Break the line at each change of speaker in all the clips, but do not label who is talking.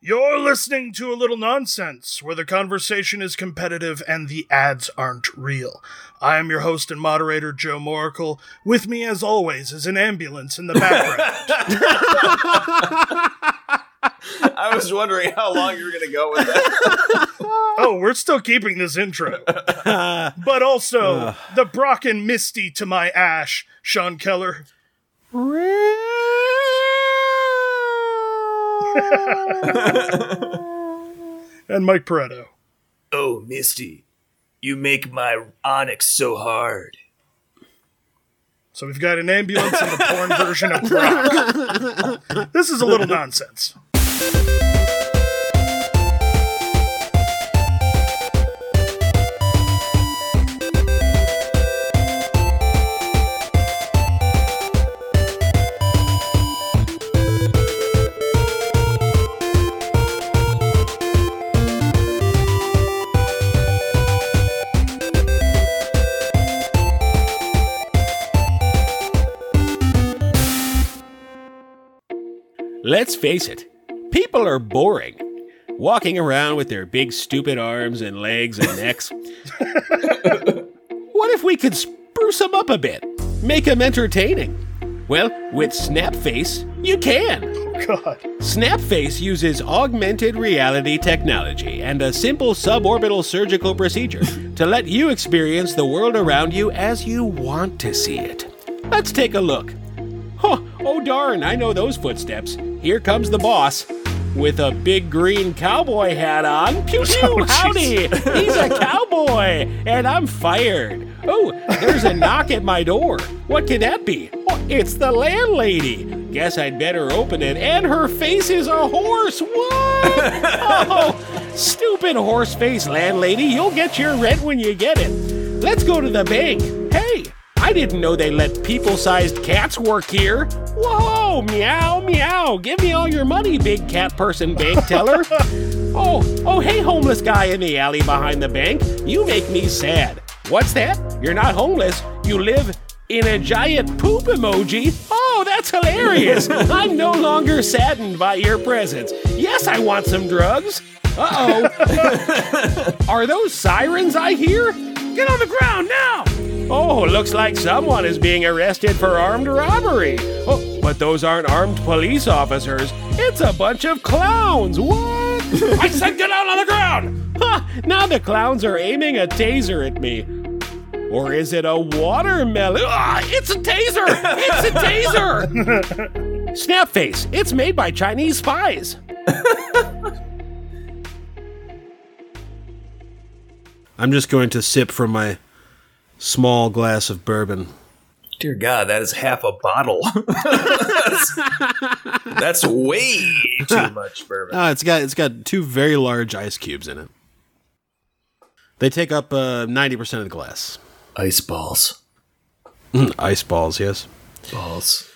You're listening to a little nonsense where the conversation is competitive and the ads aren't real. I am your host and moderator, Joe Moracle. With me, as always, is an ambulance in the background.
I was wondering how long you were going to go with that.
oh, we're still keeping this intro. but also, the Brock and Misty to my Ash, Sean Keller. and Mike Pareto.
Oh, Misty, you make my onyx so hard.
So we've got an ambulance and a porn version of Brock. this is a little nonsense.
Let's face it, people are boring. Walking around with their big, stupid arms and legs and necks. what if we could spruce them up a bit? Make them entertaining? Well, with Snapface, you can.
God.
Snapface uses augmented reality technology and a simple suborbital surgical procedure to let you experience the world around you as you want to see it. Let's take a look. Huh, oh darn, I know those footsteps. Here comes the boss. With a big green cowboy hat on. Pew pew,
Oh,
howdy! He's a cowboy, and I'm fired. Oh, there's a knock at my door. What could that be? Oh, it's the landlady. Guess I'd better open it, and her face is a horse. What? Oh, stupid horse face landlady. You'll get your rent when you get it. Let's go to the bank. Hey, I didn't know they let people sized cats work here. Whoa, meow, meow. Give me all your money, big cat person bank teller. oh, oh, hey, homeless guy in the alley behind the bank. You make me sad. What's that? You're not homeless. You live in a giant poop emoji. Oh, that's hilarious. I'm no longer saddened by your presence. Yes, I want some drugs. Uh oh. Are those sirens I hear? Get on the ground now! Oh, looks like someone is being arrested for armed robbery. Oh, but those aren't armed police officers. It's a bunch of clowns. What? I said get out on the ground! Ha! Now the clowns are aiming a taser at me. Or is it a watermelon? Ah, it's a taser! It's a taser! Snapface, it's made by Chinese spies.
I'm just going to sip from my small glass of bourbon.
Dear God, that is half a bottle. that's, that's way too much bourbon.
Ah, it's got it's got two very large ice cubes in it. They take up uh, ninety percent of the glass.
Ice balls.
Ice balls, yes.
Balls.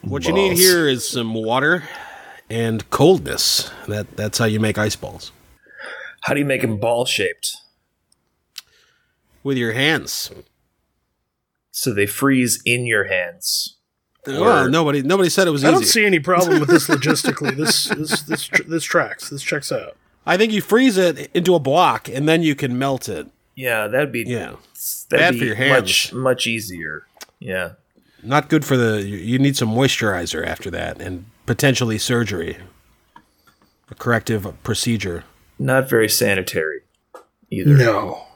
What you need
Balls.
here is some water and coldness. That that's how you make ice balls
How do you make them ball shaped?
with your hands.
So they freeze in your hands.
Well, nobody nobody said it was
I
easy.
don't see any problem with this logistically. This this this tr- this tracks. This checks out.
I think you freeze it into a block and then you can melt it.
Yeah, that'd be
Yeah,
that'd
Bad
be
for your hands.
much much easier. Yeah.
not good for the. You you need some moisturizer after that and potentially surgery, a corrective procedure.
Not very sanitary either.
No.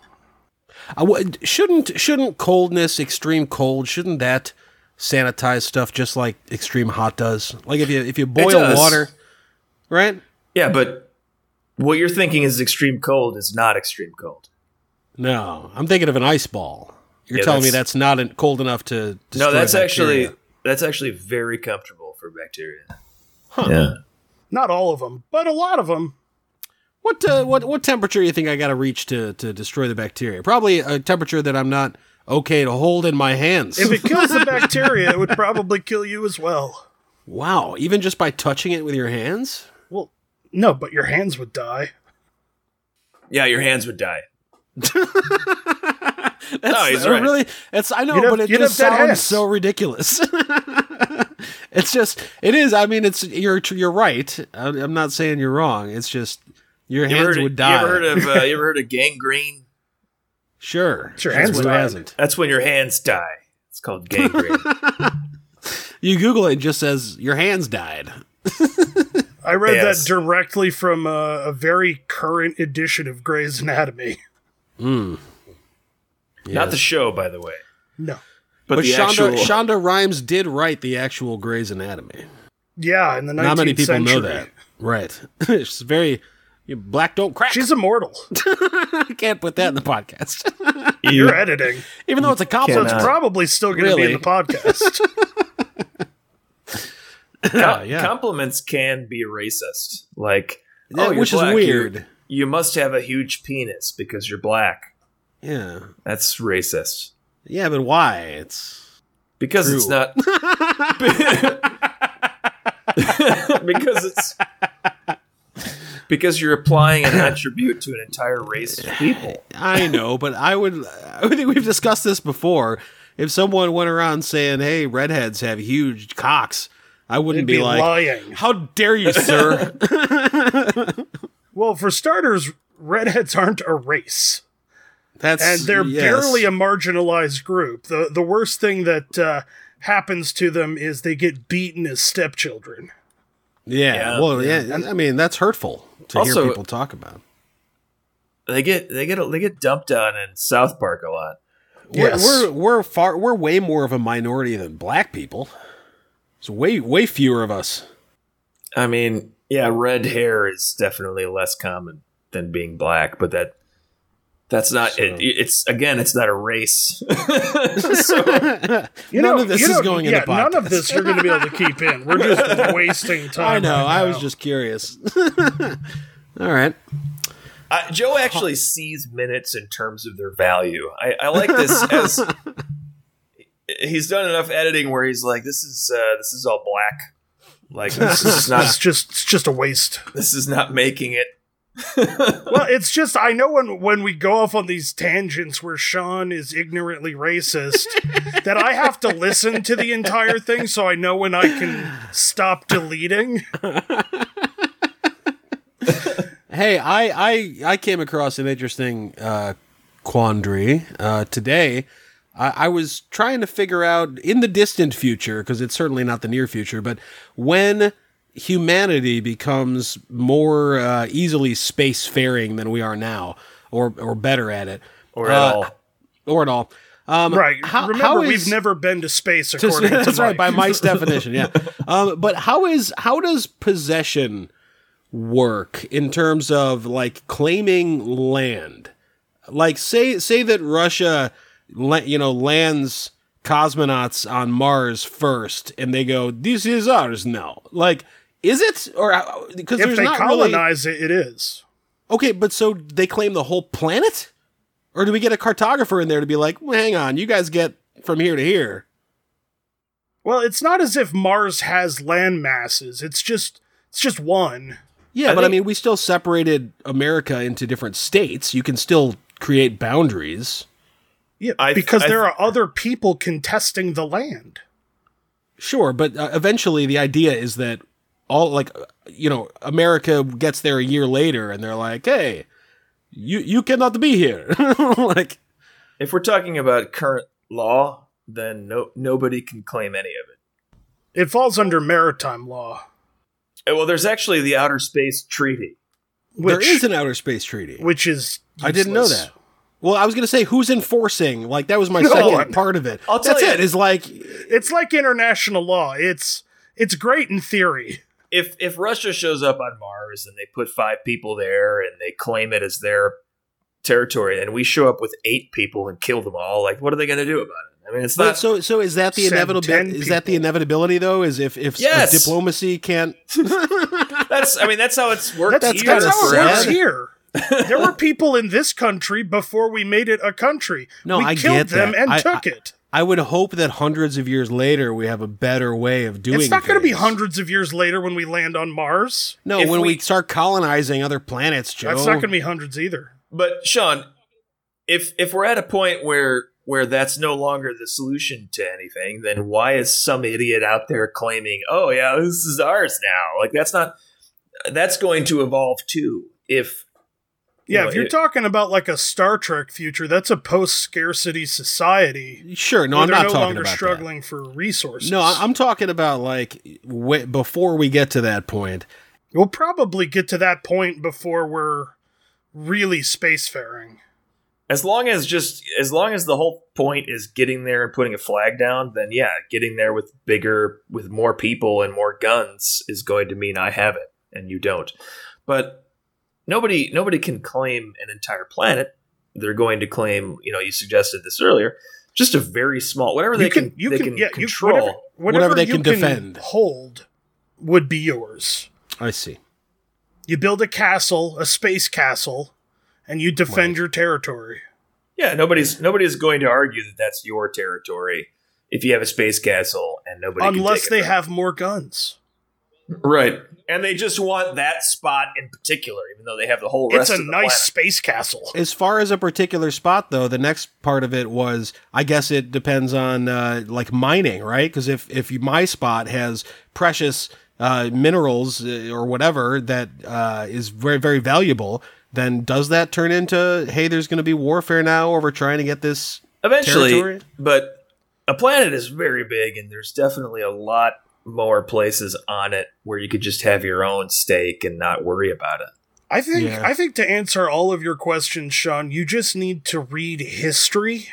I would- shouldn't shouldn't coldness, extreme cold, shouldn't that sanitize stuff just like extreme hot does? Like if you if you boil
does.
water, right?
Yeah, but what you're thinking is extreme cold is not extreme cold.
No, I'm thinking of an ice ball. You're
Yeah,
telling me
that's-
that's not in, cold enough to.
no,
destroy
that's
bacteria.
actually that's actually very comfortable for bacteria. Yeah.
Not all of them, but a lot of them.
What uh, what what temperature you think I got to reach to to destroy the bacteria? Probably a temperature that I'm not okay to hold in my hands.
If it kills the bacteria, it would probably kill you as well.
wow, even just by touching it with your hands?
Well, no, but your hands would die.
Yeah, your hands would die. no, he's
I
right.
really, it's I know,
You'd have-
but it
you'd
just
have dead
sounds
hands.
so ridiculous. it's just, it is. I mean, it's you're you're right. I- I'm not saying you're wrong. It's just your
you, ever
hands
heard,
would
you
die.
ever heard of uh, you ever heard of gangrene?
sure,
Sure,
That's
hands
what
die.
hasn't.
That's when your hands die. It's called gangrene.
You Google it, it just says your hands died.
I read
Yes.
that directly from uh, a very current edition of Grey's Anatomy.
Hmm.
Not the show, by the way.
No.
But,
But
the
Shonda,
actual
Shonda Rhimes did write the actual Grey's Anatomy.
Yeah, in the 19th
Not many people
century.
know that. Right. She's very you black don't crack.
She's immortal.
I can't put that in the podcast.
You're editing.
Even though it's a
So
compliment.
it's probably still going to be
Really?
in the podcast.
com-
yeah.
compliments can be racist. Like,
Yeah,
oh, you're
which is
black,
weird.
You, you must have a huge penis because you're black.
Yeah.
That's racist.
Yeah, but why? It's
Because it's
True.
not. because it's. Because you're applying an attribute to an entire race of people.
I know, but I would I think we've discussed this before. If someone went around saying, "Hey, redheads have huge cocks," I wouldn't
It'd
be,
be
like,
lying.
"How dare you, sir?"
Well, for starters, redheads aren't a race,
That's
and they're
yes.
barely a marginalized group. the The worst thing that uh, happens to them is they get beaten as stepchildren.
yeah,
Yeah,
Well, yeah. I mean, that's hurtful to
Also-
hear people talk about.
They get they get they get dumped on in South Park a lot.
Yes.
We're, we're we're far we're way more of a minority than black people. It's way way fewer of us.
I mean, yeah, red hair is definitely less common than being black, but that that's not it, it's again, it's not a race. So,
You
none
know,
of this
you
is
know-
going in
yeah,
the podcast.
None of this you're going to be able to keep in. We're just wasting time.
I know.
right
I
now.
was just curious. All right.
I, Joe actually sees minutes in terms of their value. I, I like this as he's done enough editing where he's like, this is uh, this is all black. Like this is
It's
not
just it's just a waste.
this is not making it.
Well, it's just I know when when we go off on these tangents where Sean is ignorantly racist that I have to listen to the entire thing so I know when I can stop deleting.
Hey, I I I came across an interesting uh, quandary uh, today. I, I was trying to figure out in the distant future because it's certainly not the near future, but when humanity becomes more uh, easily spacefaring than we are now, or or better at it,
Or at
Uh,
all.
or at all. Um,
Right.
how-
Remember,
how
we've
is-
never been to space,
To-
according to Mike.
that's right by Mike's definition. Yeah, um, but how is how does possession work in terms of like claiming land? Like say say that Russia, la- you know, lands cosmonauts on Mars first, and they go, "This is ours now." Like, is it or because
if
there's
they
not really
colonize it, it is.
okay, but so they claim the whole planet, or do we get a cartographer in there to be like, well, "Hang on, you guys get from here to here."
Well, it's not as if Mars has land masses. It's just it's just one.
Yeah,
I
but I
think-
mean, we still separated America into different states. You can still create boundaries.
Yeah,
I-
because
I-
there are other people contesting the land.
Sure, but uh, eventually the idea is that all like uh, you know, America gets there a year later and they're like, "Hey, you you cannot be here." like
If we're talking about current law, then no nobody can claim any of it.
It falls under maritime law,
Uh, Well, there's actually the Outer Space Treaty.
there is
which
an outer space treaty.
which is
I didn't know
useless.
that. Well, I was going to say who's enforcing? Like that was my
No
second
one.
part of it.
I'll tell
That's
you-
it. Is like
It's like international law. It's it's great in theory.
If if Russia shows up on Mars and they put five people there and they claim it as their territory, and we show up with eight people and kill them all, like what are they going to do about it? I mean, it's
But
not.
so so is that the
send
inevitability
10
is that the
people.
inevitability though is if if, if
Yes.
diplomacy can't
that's I mean, that's how it's worked.
That's
here
kinda
That's how it works
sad.
here. there were people in this country before we made it a country.
No,
we
I
killed
get
them
that.
and
I-
took it.
I would hope that hundreds of years later we have a better way of doing.
It's not going to be
things.
hundreds of years later when we land on Mars.
No,
if
when we,
we-
start colonizing other planets, Joe.
That's not going to be hundreds either.
But Sean, if if we're at a point where where that's no longer the solution to anything, then why is some idiot out there claiming, "Oh yeah, this is ours now"? Like that's not that's going to evolve too. If
Yeah,
No,
if you're
it-
talking about like a Star Trek future, that's a post-scarcity society.
Sure, no,
where
I'm
they're
not
no
talking
longer
about that.
struggling for resources.
No, I- I'm talking about like w- before we get to that point.
we'll probably get to that point before we're really spacefaring.
as long as just as long as the whole point is getting there and putting a flag down, then yeah, getting there with bigger with more people and more guns is going to mean I have it and you don't. But nobody nobody can claim an entire planet. They're going to claim, you know, you suggested this earlier, just a very small whatever they
you can,
can,
you
they
can,
can
yeah, you-
control.
whatever, whatever,
Whatever they
you
can defend.
hold would be yours.
I see.
You build a castle, a space castle, and you defend
Right.
your territory.
Yeah, nobody's nobody's going to argue that that's your territory if you have a space castle and nobody can
unless
take it
they
from
have more guns.
Right. And they just want that spot in particular, even though they have the whole
It's
rest
a
of the
nice space castle.
As far as a particular spot, though, the next part of it was, I guess it depends on uh, like mining, right? Because if if you- my spot has precious uh, minerals uh, or whatever that uh, is very very valuable, then does that turn into hey, there's going to be warfare now over trying to get this?
planet. Eventually,
territory.
but a planet is very big and there's definitely a lot more places on it where you could just have your own stake and not worry about it.
I think
Yeah.
I think to answer all of your questions, Sean, you just need to read history.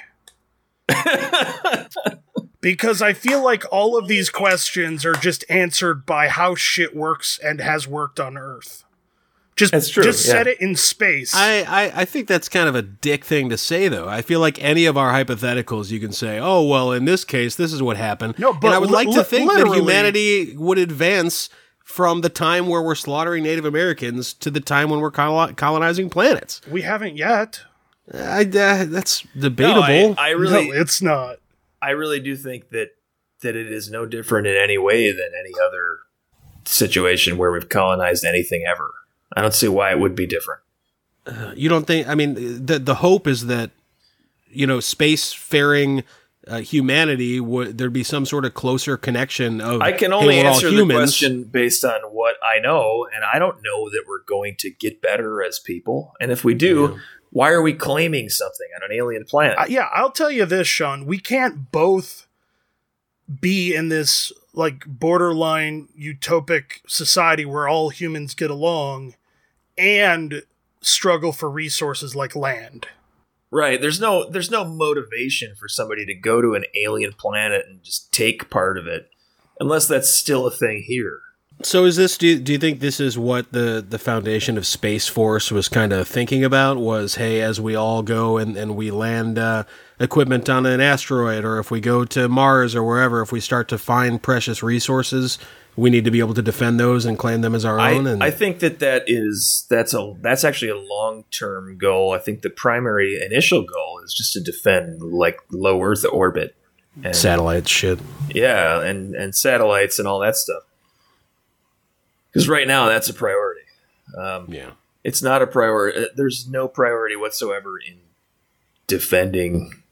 because I feel like all of these questions are just answered by how shit works and has worked on Earth. Just
That's true,
just
yeah.
set it in space.
I, I I think that's kind of a dick thing to say, though. I feel like any of our hypotheticals, you can say, oh well, in this case, this is what happened.
No, but
and I would
li-
like
li-
to think that
literally-
humanity would advance from the time where we're slaughtering Native Americans to the time when we're colo- colonizing planets.
we haven't yet.
I uh, that's
No,
debatable.
I, I really
no, it's not.
I really do think that that it is no different in any way than any other situation where we've colonized anything ever. I don't see why it would be different.
you don't think? I mean, the the hope is that you know spacefaring. Uh, humanity would there'd be some sort of closer connection of
I can
hey,
only
we're all
answer the
humans.
question based on what I know, and I don't know that we're going to get better as people. And if we do, why are we claiming something on an alien planet?
I, yeah, I'll tell you this, Sean. We can't both be in this like borderline utopic society where all humans get along and struggle for resources like land.
right? There's no there's no motivation for somebody to go to an alien planet and just take part of it, unless that's still a thing here.
So is this do you, do you think this is what the the foundation of Space Force was kind of thinking about was hey as we all go and and we land uh, equipment on an asteroid or if we go to Mars or wherever if we start to find precious resources we need to be able to defend those and claim them as our own
I,
and
I think that that is that's a that's actually a long term goal. I think the primary initial goal is just to defend like low Earth orbit. And
satellite shit.
Yeah, and and satellites and all that stuff. Because right now that's a priority.
Yeah.
It's not a priority. There's no priority whatsoever in defending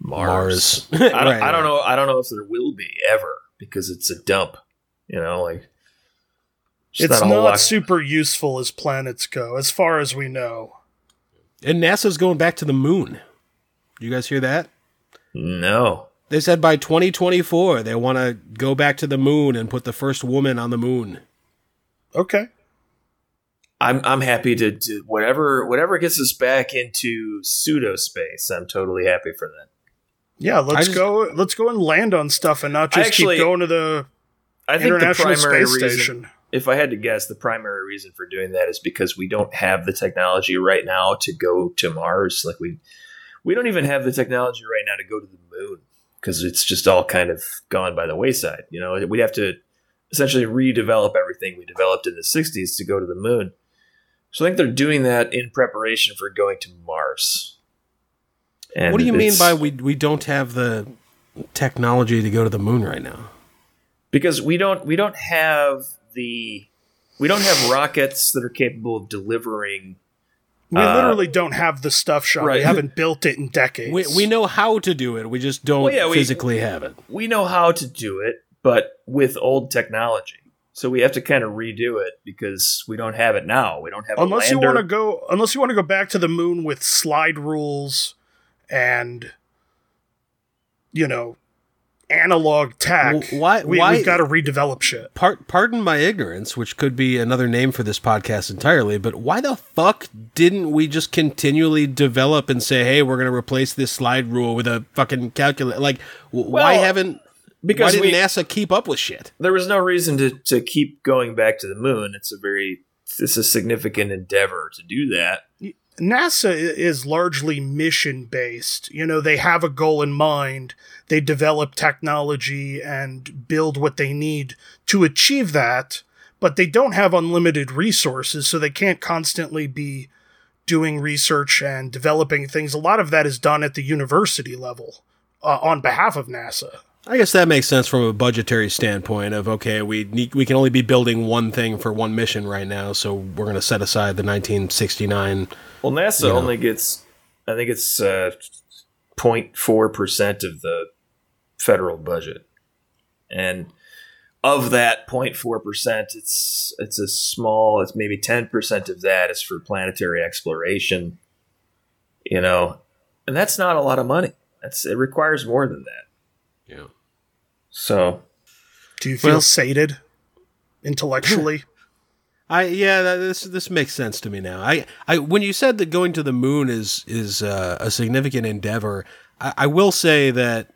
Mars.
Mars.
I, don't,
Right,
I
right.
don't know. I don't know if there will be ever because it's a dump. You know, like just
it's
a
not,
whole lot-
super useful as planets go, as far as we know.
And NASA's going back to the moon. You guys hear that?
No.
They said by 2024 they want to go back to the moon and put the first woman on the moon.
Okay.
I'm I'm happy to, to whatever whatever gets us back into pseudo space. I'm totally happy for that.
Yeah, let's
just-
go let's go and land on stuff and not just
actually-
keep going to the
I think the
International
primary
Space
reason,
Station.
if I had to guess, the primary reason for doing that is because we don't have the technology right now to go to Mars. Like we, we don't even have the technology right now to go to the moon because it's just all kind of gone by the wayside. You know, we'd have to essentially redevelop everything we developed in the '60s to go to the moon. So I think they're doing that in preparation for going to Mars. And
what do you mean
it's-
by we we don't have the technology to go to the moon right now?
because we don't we don't have the we don't have rockets that are capable of delivering
We literally don't have the stuff shop.
uh, right.
We haven't built it in decades.
We, we know how to do it. We just don't
Well, yeah, we-
physically have it.
we know how to do it, but with old technology. So we have to kind of redo it because we don't have it now. We don't have
unless
a
you
lander.
want to go unless you want to go back to the moon with slide rules and you know analog tech
Wh- why-
we,
why-
we've got to redevelop shit
Part, pardon my ignorance, which could be another name for this podcast entirely, but why the fuck didn't we just continually develop and say, hey, we're going to replace this slide rule with a fucking calculator? Like, w- why
Well,
haven't.
because
why
we-
didn't NASA keep up with shit?
there was no reason to, to keep going back to the moon. It's a very it's a significant endeavor to do that.
nasa i- is largely mission based you know they have a goal in mind they develop technology and build what they need to achieve that but they don't have unlimited resources so they can't constantly be doing research and developing things a lot of that is done at the university level uh, on behalf of nasa
I guess that makes sense from a budgetary standpoint of okay, we need, we can only be building one thing for one mission right now, so we're going to set aside the 1969.
Well, NASA only gets I think it's uh, 0.4 percent of the federal budget, and of that 0.4 percent, it's it's a small. It's maybe 10 percent of that is for planetary exploration. You know, and that's not a lot of money. That's it requires more than that.
Yeah.
So
do you feel
Well-
sated intellectually
I yeah, that, this this makes sense to me now. I, I when you said that going to the moon is is uh, a significant endeavor, I, I will say that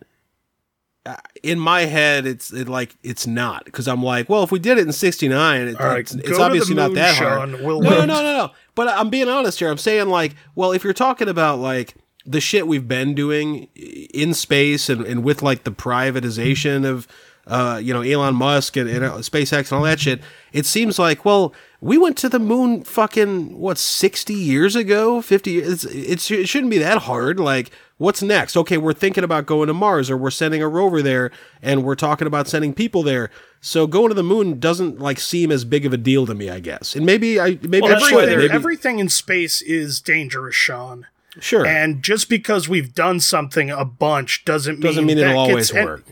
uh, in my head it's it like it's not because I'm like, well, if we did it in '69, it,
all right
it's,
go
it's
to
obviously
the
not
moon,
that hard.
Sean. we'll
No, no,
wait.
no, no, no. But I'm being honest here. I'm saying like, well, if you're talking about like the shit we've been doing i- in space and, and with like the privatization of, uh, you know, Elon Musk and, and uh, SpaceX and all that shit, it seems like well, we went to the moon fucking what 60 years ago, 50 years. It's, it's, it shouldn't be that hard. Like, what's next? Okay, we're thinking about going to Mars or we're sending a rover there and we're talking about sending people there. So going to the moon doesn't like seem as big of a deal to me, I guess. And maybe I maybe
Well,
I'm
that's why
should,
they're-
maybe-
Everything, everything in space is dangerous, Sean.
sure
And just because we've done something a bunch doesn't mean
doesn't mean
that
it'll
gets
always
an-
work.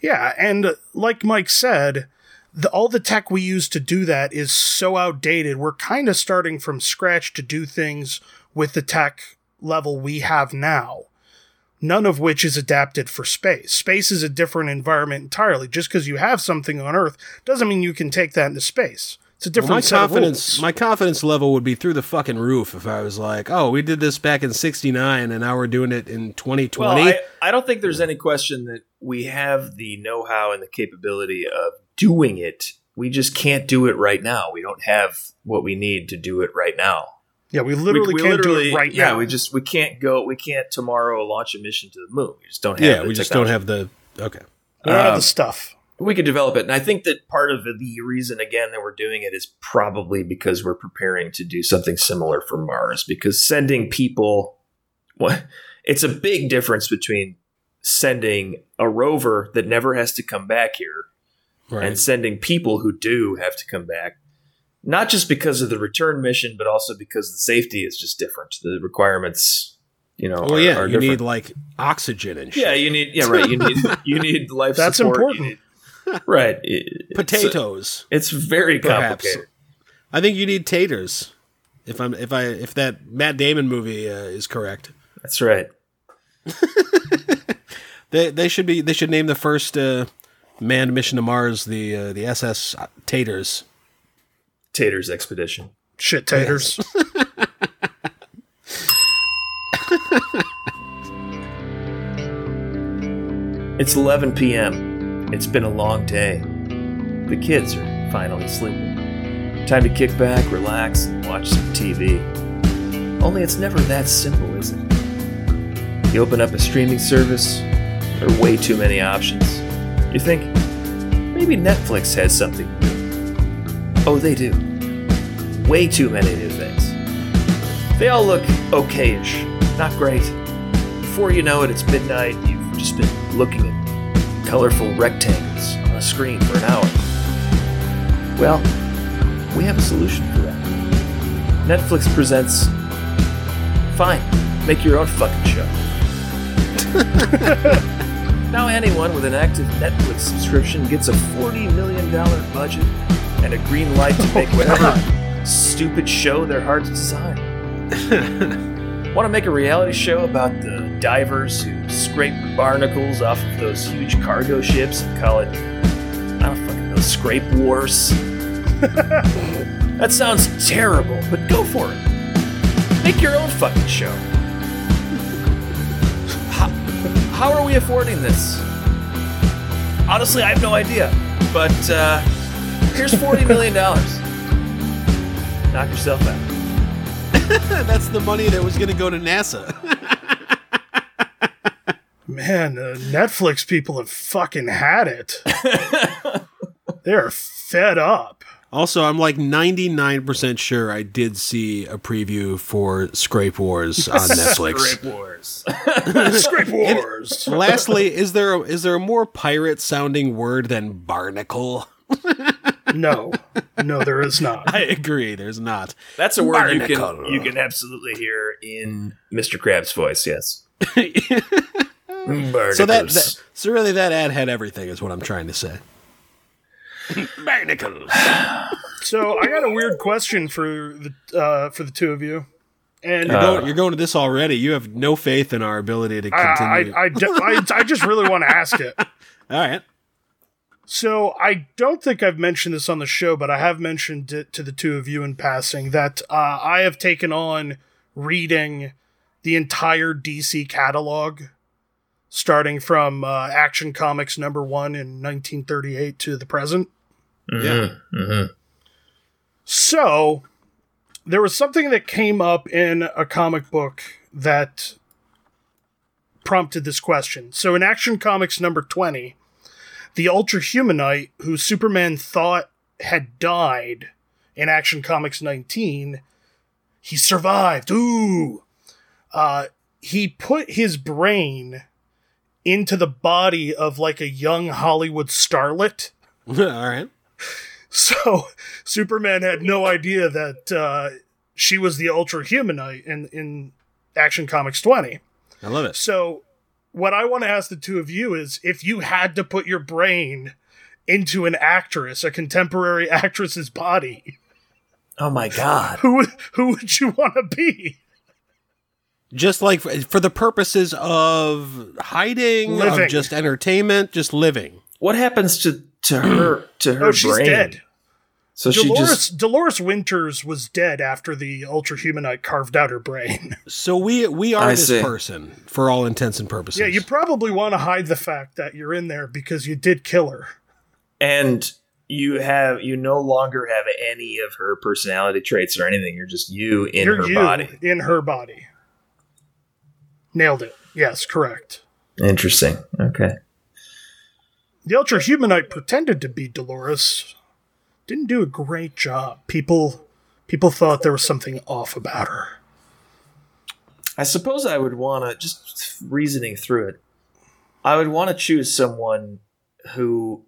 yeah, and uh, like Mike said, the, all the tech we use to do that is so outdated. We're kind of starting from scratch to do things with the tech level we have now. None of which is adapted for space. Space is a different environment entirely. Just because you have something on Earth doesn't mean you can take that into space. It's a different
my
set of
confidence
rules.
my confidence level would be through the fucking roof if I was like, oh, we did this back in '69 and now we're doing it in 2020.
Well, I, I don't think there's any question that we have the know how and the capability of doing it. We just can't do it right now. We don't have what we need to do it right now.
yeah, we literally
we, we
can't
literally-
do it right
yeah,
now.
we just we can't go. We can't tomorrow launch a mission to the moon. We just don't have.
yeah,
the
we just don't
technology.
have the okay.
We're out of
Um,
the stuff.
We could develop it, and I think that part of the reason again that we're doing it is probably because we're preparing to do something similar for Mars. Because sending people, what it's a big difference between sending a rover that never has to come back here
Right.
and sending people who do have to come back. Not just because of the return mission, but also because the safety is just different. The requirements, you know,
well,
are,
yeah,
are
you
different.
need like oxygen and shit.
yeah, you need. Yeah, right. You need. You need life.
That's
support.
important.
right? It-
potatoes.
It's very
Perhaps.
complicated.
I think you need taters. If I'm if I if that Matt Damon movie uh, is correct,
That's right.
they they should be they should name the first uh, manned mission to Mars the uh, the SS Taters.
Tater's expedition.
Shit taters.
It's 11 p.m. It's been a long day. The kids are finally sleeping. Time to kick back, relax, and watch some TV. Only it's never that simple, is it? You open up a streaming service, there are way too many options. You think, maybe Netflix has something new. Oh, they do. Way too many new things. They all look okay-ish, not great. Before you know it, it's midnight. You've just been looking at colorful rectangles on a screen for an hour. Well, we have a solution for that. Netflix presents Fine, make your own fucking show. now, anyone with an active Netflix subscription gets a $40 million budget and a green light to make whatever stupid show their hearts desire. Want to make a reality show about the divers who scrape the barnacles off of those huge cargo ships and call it, I don't fucking know, Scrape Wars? That sounds terrible, but go for it. Make your own fucking show. How, how are we affording this? Honestly, I have no idea. But uh, here's $40 million. Knock yourself out.
That's the money that was going to go to NASA.
Man, uh, Netflix people have fucking had it. They're fed up.
also, I'm like 99% sure I did see a preview for Scrape Wars on Netflix.
Wars.
Scrape wars.
Lastly, is there a, is there a more pirate sounding word than barnacle?
No, no, there is not.
I agree, there's not.
That's a word you can,
Barnacle.
you can absolutely hear
Mm,
in Mr. Krabs' voice, yes. Hmm.
Mm,
So that, that so really that ad had everything is what I'm trying to say. Barnacles.
So I got a weird question for the uh, for the two of you, and
You're going, you're going to this already. You have no faith in our ability to
I, uh, I,
continue.
I, de- I, I just really want to ask it.
All right.
So I don't think I've mentioned this on the show, but I have mentioned it to the two of you in passing that uh, I have taken on reading the entire DC catalog, starting from uh, Action Comics number one in 1938 to the present.
Yeah.
So there was something that came up in a comic book that prompted this question. So in Action Comics number 20, the Ultra Humanite, who Superman thought had died in Action Comics 19, he survived. Ooh. Uh, he put his brain into the body of like a young Hollywood starlet.
All right.
So Superman had no idea that uh, she was the Ultra Humanite in in Action Comics 20.
I love it.
So what I want to ask the two of you is if you had to put your brain into an actress, a contemporary actress's body,
Oh my god.
who would who would you want to be?
Just like for, for the purposes of hiding,
Living.
of just entertainment, just living.
What happens to, to her to her
oh, she's
brain?
dead.
So she
Dolores
just
Dolores Winters was dead after the Ultra Humanite carved out her brain.
So we we are
I
this
see.
person for all intents and purposes.
yeah, you probably want to hide the fact that you're in there because you did kill her.
and you have you no longer have any of her personality traits or anything. You're just you in
You're
her
you
body.
In her body. Nailed it. Yes, correct.
Interesting. Okay.
The Ultra Humanite pretended to be Dolores. Didn't do a great job. People people thought there was something off about her.
I suppose I would want to just reasoning through it. I would want to choose someone who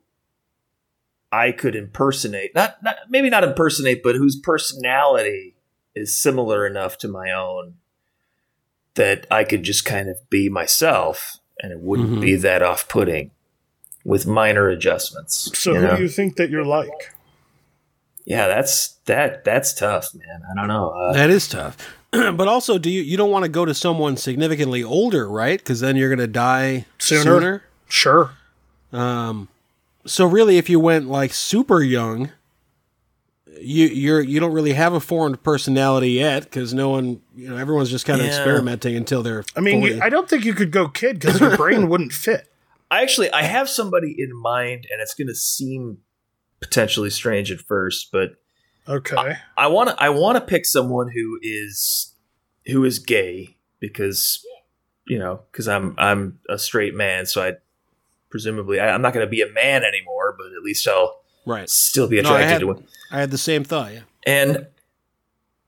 I could impersonate. Not, not maybe not impersonate, but whose personality is similar enough to my own that I could just kind of be myself and it wouldn't
Mhm.
be that off-putting with minor adjustments.
So
you
who
know?
do you think that you're like?
yeah, that's that that's tough, man. I don't know. Uh,
That is tough. but also, do you you don't want to go to someone significantly older, right? Because then you're going to die
Sooner.
sooner.
Sure.
Um, so really, if you went like super young, you you're you don't really have a formed personality yet because no one you know everyone's just kind of
Yeah.
experimenting until they're.
I mean,
40.
you, I don't think you could go kid because your brain wouldn't fit.
I actually I have somebody in mind, and it's going to seem potentially strange at first, but
Okay.
I want to I want to pick someone who is who is gay because you know because I'm I'm a straight man, so I presumably I, I'm not going to be a man anymore, but at least I'll
right.
still be
No, I
attracted
had-
to women
I had the same thought. Yeah.
and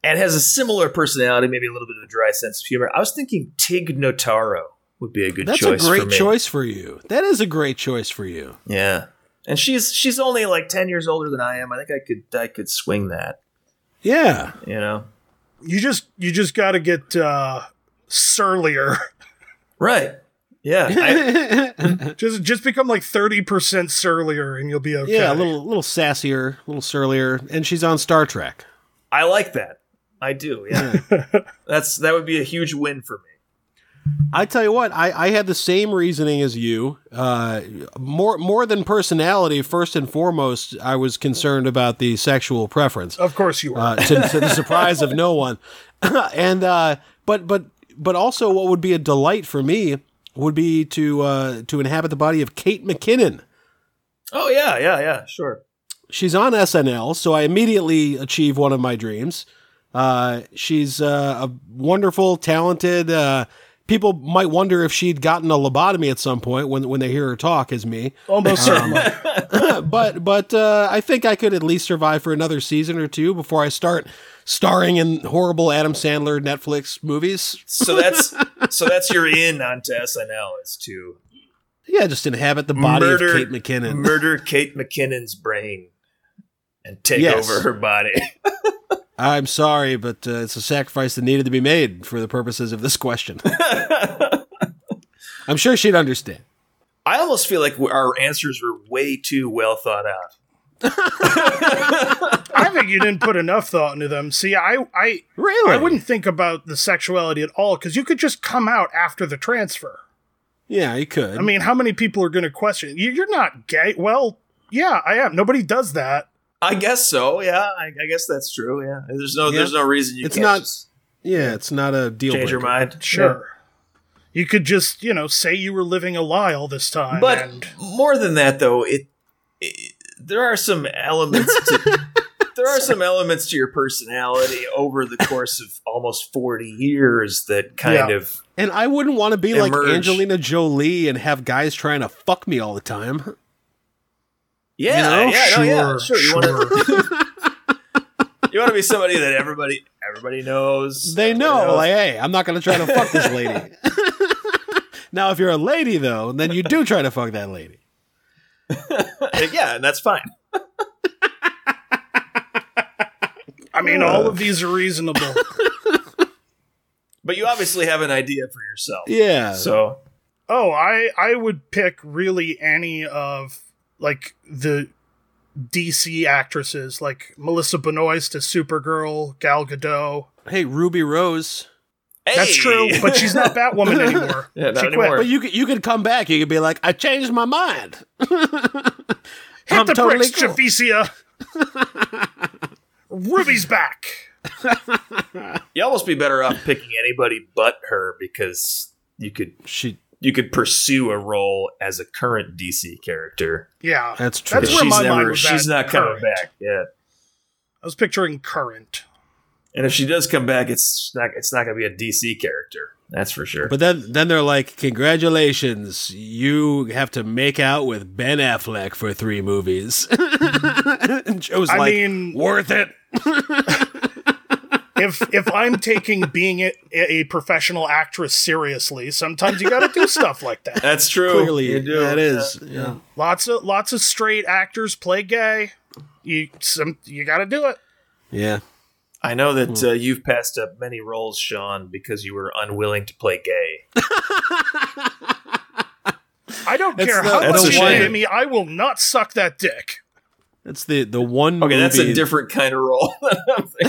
and has a similar personality, maybe a little bit of a dry sense of humor. I was thinking Tig Notaro would be a good
That's
choice.
a
for
great
me.
choice for you. That is a great choice for you.
Yeah. And she's she's only like ten years older than I am. I think I could I could swing that,
Yeah.
you know.
You just you just got to get uh, surlier.
Right. Yeah. I-
Just just become like thirty percent surlier, and you'll be okay.
Yeah, a little little sassier, a little surlier, and she's on Star Trek.
I like that. I do. Yeah. That's that would be a huge win for me.
I tell you what, I, I had the same reasoning as you. Uh, more more than personality, first and foremost, I was concerned about the sexual preference.
Of course you
uh,
are.
to, to the surprise of no one. and uh, but but but also, what would be a delight for me would be to uh, to inhabit the body of Kate McKinnon.
Oh yeah, yeah, yeah. Sure.
She's on SNL, so I immediately achieve one of my dreams. Uh, she's uh, a wonderful, talented. Uh, people might wonder if she'd gotten a lobotomy at some point when when they hear her talk as me.
Almost
um,
certainly.
but but uh, I think I could at least survive for another season or two before I start starring in horrible Adam Sandler Netflix movies.
So that's so that's your in onto SNL is to
Yeah, just inhabit the body
Murder-
of Kate McKinnon.
murder Kate McKinnon's brain and take
Yes.
over her body.
I'm sorry, but uh, it's a sacrifice that needed to be made for the purposes of this question. I'm sure she'd understand.
I almost feel like our answers were way too well thought out.
I think you didn't put enough thought into them. See, I I
Really?
I wouldn't think about the sexuality at all because you could just come out after the transfer.
Yeah, you could.
I mean, how many people are going to question you? You're not gay. Well, yeah, I am. Nobody does that.
I guess so. Yeah, I, I guess that's true. Yeah, there's no
Yeah.
there's no reason you
It's
can't
not
just
yeah, it's not a deal.
change your
breaker.
mind.
Sure. You could just, you know, say you were living a lie all this time.
But
and
more than that, though, it, it there are some elements to there are some elements to your personality over the course of almost forty years that kind
Yeah.
of
And I wouldn't want to be like
Emerge.
Angelina Jolie and have guys trying to fuck me all the time.
yeah
You know?
yeah no, yeah
Sure,
sure you want to you want to be somebody that everybody everybody knows
They
everybody
know,
knows.
like, hey, I'm not going to try to fuck this lady. now, if you're a lady, though, then you do try to fuck that lady.
yeah and that's fine
I mean, all of these are reasonable.
but you obviously have an idea for yourself
Yeah.
so
oh, I I would pick really any of like the DC actresses, like Melissa Benoist to Supergirl, Gal Gadot.
hey, Ruby Rose.
That's
hey!
true, but she's not Batwoman anymore.
Yeah, not
she
anymore.
But you could, you could come back. You could be like, I changed my mind.
Hit
I'm
the
totally
bricks,
cool.
Javicia. Ruby's back.
you almost be better off picking anybody but her because you could
She.
you could pursue a role as a current DC character.
Yeah,
That's true.
That's
But
where
she's
my mind
never,
was
she's
at,
not coming
current.
back. Yeah,
I was picturing current.
and if she does come back, it's not it's not going to be a DC character. That's for sure.
But then, then they're like, congratulations, you have to make out with Ben Affleck for three movies. and Joe's
I
like,
mean-
worth it.
If if I'm taking being a, a professional actress seriously, sometimes you got to do stuff like that.
that's true.
Clearly,
Oh, You do.
that is. Yeah.
Lots of lots of straight actors play gay. You some you got to do it.
yeah.
I know
Hmm.
that uh, you've passed up many roles, Sean, because you were unwilling to play gay.
I don't
It's
care
the-
how
that's
much
a
you
shame.
pay me. I will not suck that dick.
That's the the one.
Okay, that's
movie-
a different kind of role.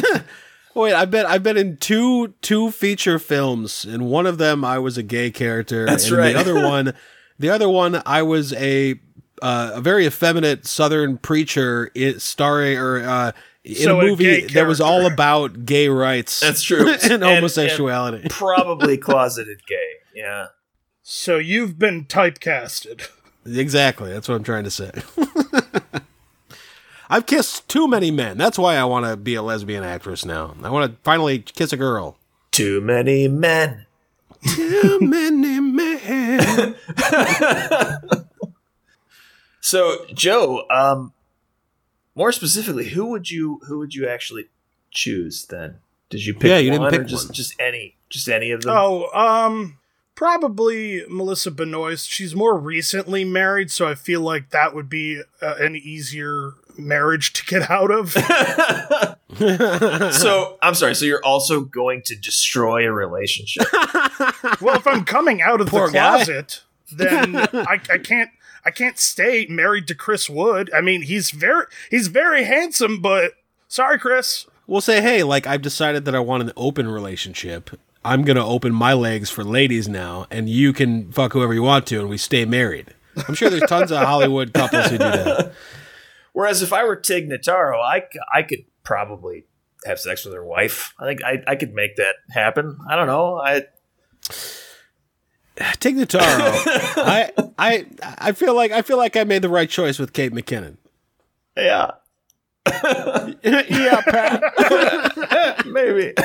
Wait, I've been I've been in two two feature films. In one of them, I was a gay character.
That's
and
right.
The other one, the other one, I was a uh, a very effeminate Southern preacher i- starring or uh, in
So
a
a
movie
gay
that was all
character.
about gay rights.
That's true. And-
and
and-
homosexuality.
Probably closeted gay. Yeah.
So you've been typecasted.
Exactly. That's what I'm trying to say. I've kissed too many men. That's why I want to be a lesbian actress now. I want to finally kiss a girl.
Too many men.
Too many men.
So, Joe, um, more specifically, who would you who would you actually choose then? Did you pick
Yeah, you didn't
one or
pick
just
one.
just any just any of them?
Oh, um probably Melissa Benoist. She's more recently married, so I feel like that would be uh, an easier marriage to get out of.
So I'm sorry. So you're also going to destroy a relationship.
well, if I'm coming out of
Poor
the
guy.
closet, then I, I can't I can't stay married to Chris Wood. I mean, he's very he's very handsome, but sorry, Chris.
We'll say, hey, like I've decided that I want an open relationship. I'm gonna open my legs for ladies now, and you can fuck whoever you want to, and we stay married. I'm sure there's tons of Hollywood couples who do that.
Whereas if I were Tig Notaro, I, c- I could probably have sex with her wife. I think I, I could make that happen. I don't know. I
Take the Taro. I I I feel like I feel like I made the right choice with Kate McKinnon.
yeah.
yeah, Pat.
Maybe.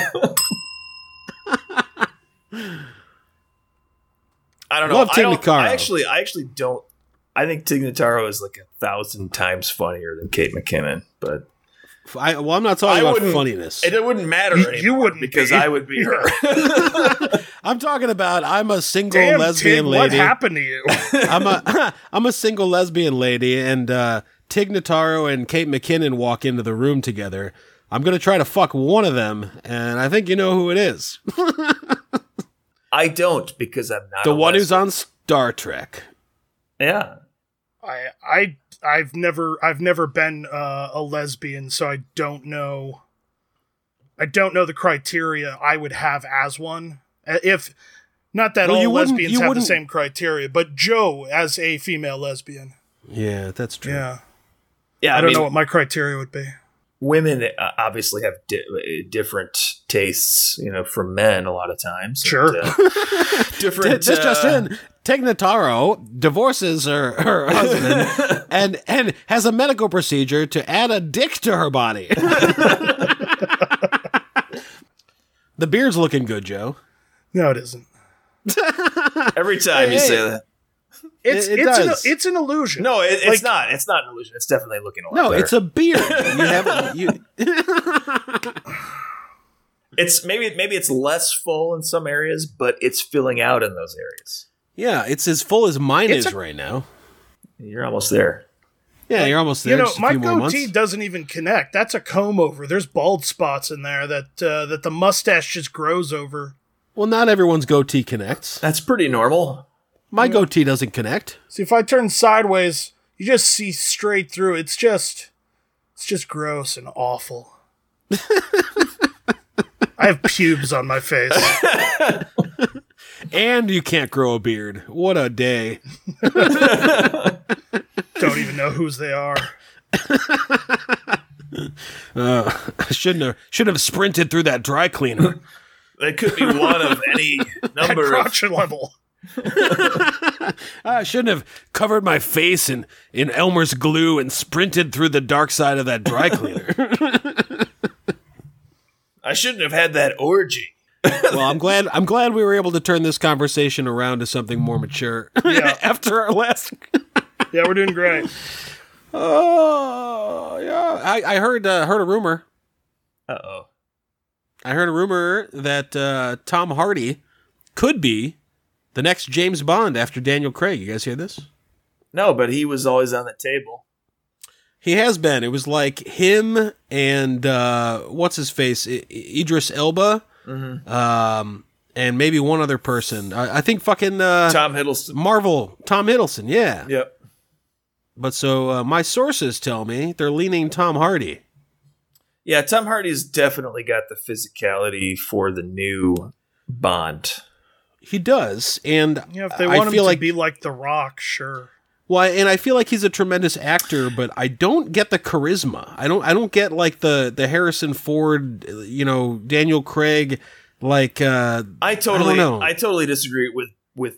I don't know.
Love
I,
Tig
don't-
Notaro.
I actually, I actually don't. I think Tig Notaro is like a thousand times funnier than Kate McKinnon, but
I, well, I'm not talking
I
about
wouldn't-
funniness.
it, it wouldn't matter.
You- you
anymore
wouldn't
because
be.
I would be her.
I'm talking about I'm a single
Damn, Tig,
lesbian
what
lady.
happened to you?
I'm a I'm a single lesbian lady, and uh, Tig Notaro and Kate McKinnon walk into the room together. I'm gonna try to fuck one of them, and I think you know who it is.
I don't because I'm not
The
a
one who's
lesbian.
on Star Trek.
yeah.
I I I've never I've never been uh, a lesbian, so I don't know. I don't know the criteria I would have as one. Uh, If not that
Well, you
all
wouldn't-
lesbians
you
have the
wouldn't-
same criteria, but Joe as a female lesbian.
Yeah, that's true.
Yeah.
Yeah.
I,
I,
don't
mean,
know what my criteria would be.
women uh, obviously have di- uh, different tastes, you know, from men a lot of times. and,
Sure.
uh,
Th-
different.
This just
uh,
in: Tig Notaro divorces her, her husband and and has a medical procedure to add a dick to her body. the beard's looking good, Joe.
No, it isn't.
Every time you
Hey,
say
hey.
that.
It's
it
it's
does.
an it's an illusion.
No, it, it's
Like-
not. It's not an illusion. It's definitely looking a lot
No,
better.
it's a beard. You have you.
It's maybe maybe it's less full in some areas, but it's filling out in those areas.
Yeah, it's as full as mine
It's
is
a-
right now.
You're almost there.
Yeah, you're almost there.
you know,
just a
my
few more
goatee
months.
doesn't even connect. That's a comb over. There's bald spots in there that uh, that the mustache just grows over.
Well, not everyone's goatee connects.
That's pretty normal.
My goatee doesn't connect.
See, if I turn sideways, you just see straight through. It's just, it's just gross and awful. I have pubes on my face.
And you can't grow a beard. What a day.
Don't even know whose they are.
I shouldn't have should have sprinted through that dry cleaner.
It could be one of any number of
Crotch level.
I shouldn't have covered my face in, in Elmer's glue and sprinted through the dark side of that dry cleaner.
I shouldn't have had that orgy.
well, I'm glad I'm glad we were able to turn this conversation around to something more mature after our last
Yeah, we're doing great.
Oh yeah. I, I heard uh, heard a rumor
Uh oh.
I heard a rumor that uh, Tom Hardy could be the next James Bond after Daniel Craig. You guys hear this?
No, but he was always on the table.
He has been. It was like him and uh, what's his face, I- I- Idris Elba,
Mm-hmm.
um, and maybe one other person. I, I think fucking uh,
Tom Hiddleston.
Marvel, Tom Hiddleston. Yeah.
Yep.
But so uh, my sources tell me they're leaning Tom Hardy.
Yeah, Tom Hardy's definitely got the physicality for the new Bond.
He does, and
Yeah, if they
I
want him
feel
to
like
be like The Rock, sure.
Why? And I feel like he's a tremendous actor, but I don't get the charisma. I don't. I don't get like the the Harrison Ford, you know, Daniel Craig, like uh
I totally,
know.
I, totally disagree with with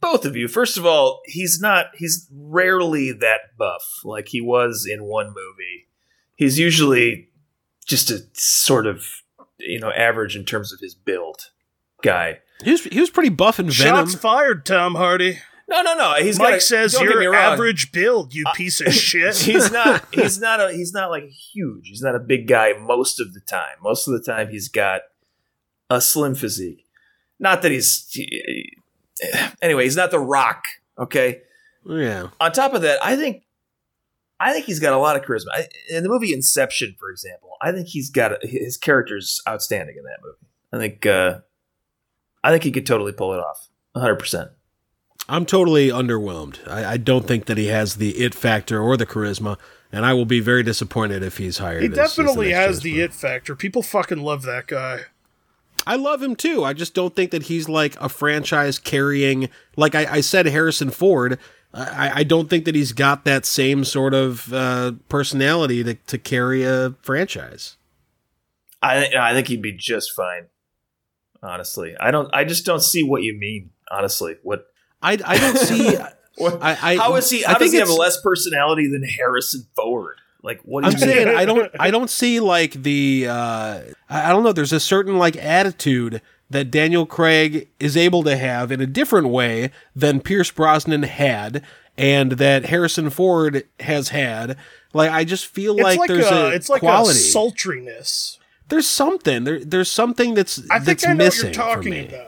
both of you. First of all, he's not, he's rarely that buff like he was in one movie. He's usually just a sort of you know average in terms of his build guy.
he was he was pretty buff in Venom.
Shots fired, Tom Hardy.
No, no, no. He's
Mike
got a-
says
don't get me
you're
wrong.
average build,
Uh,
you piece of shit.
He's not. He's not a. He's not like huge. He's not a big guy most of the time. Most of the time, he's got a slim physique. Not that he's anyway, he's not the Rock. Okay.
Yeah.
On top of that, I think I think he's got a lot of charisma. I, in the movie Inception, for example, I think he's got a, his character's outstanding in that movie. I think uh, I think he could totally pull it off. 100%.
I'm totally underwhelmed. I, I don't think that he has the it factor or the charisma, and I will be very disappointed if he's hired.
He
as- as the
definitely
next
has
James
the
Bond.
it factor. People fucking love that guy.
I love him too. I just don't think that he's like a franchise carrying. Like I, I said, Harrison Ford. I, I don't think that he's got that same sort of uh, personality to, to carry a franchise.
I think I think he'd be just fine. Honestly, I don't. I just don't see what you mean. Honestly, what?
I, I don't see.
what
I- I-
how is he?
I
How does
think
he have
it's-
less personality than Harrison Ford? Like what? Do
I'm
you mean?
saying I don't. I don't see like the. Uh, I I don't know. There's a certain like attitude that Daniel Craig is able to have in a different way than Pierce Brosnan had, and that Harrison Ford has had. Like I just feel
It's
like,
like,
there's
a,
a
it's like
quality.
a sultriness.
there's something. There, there's something that's
I think
that's
I know what
missing
you're
for
talking
me.
about.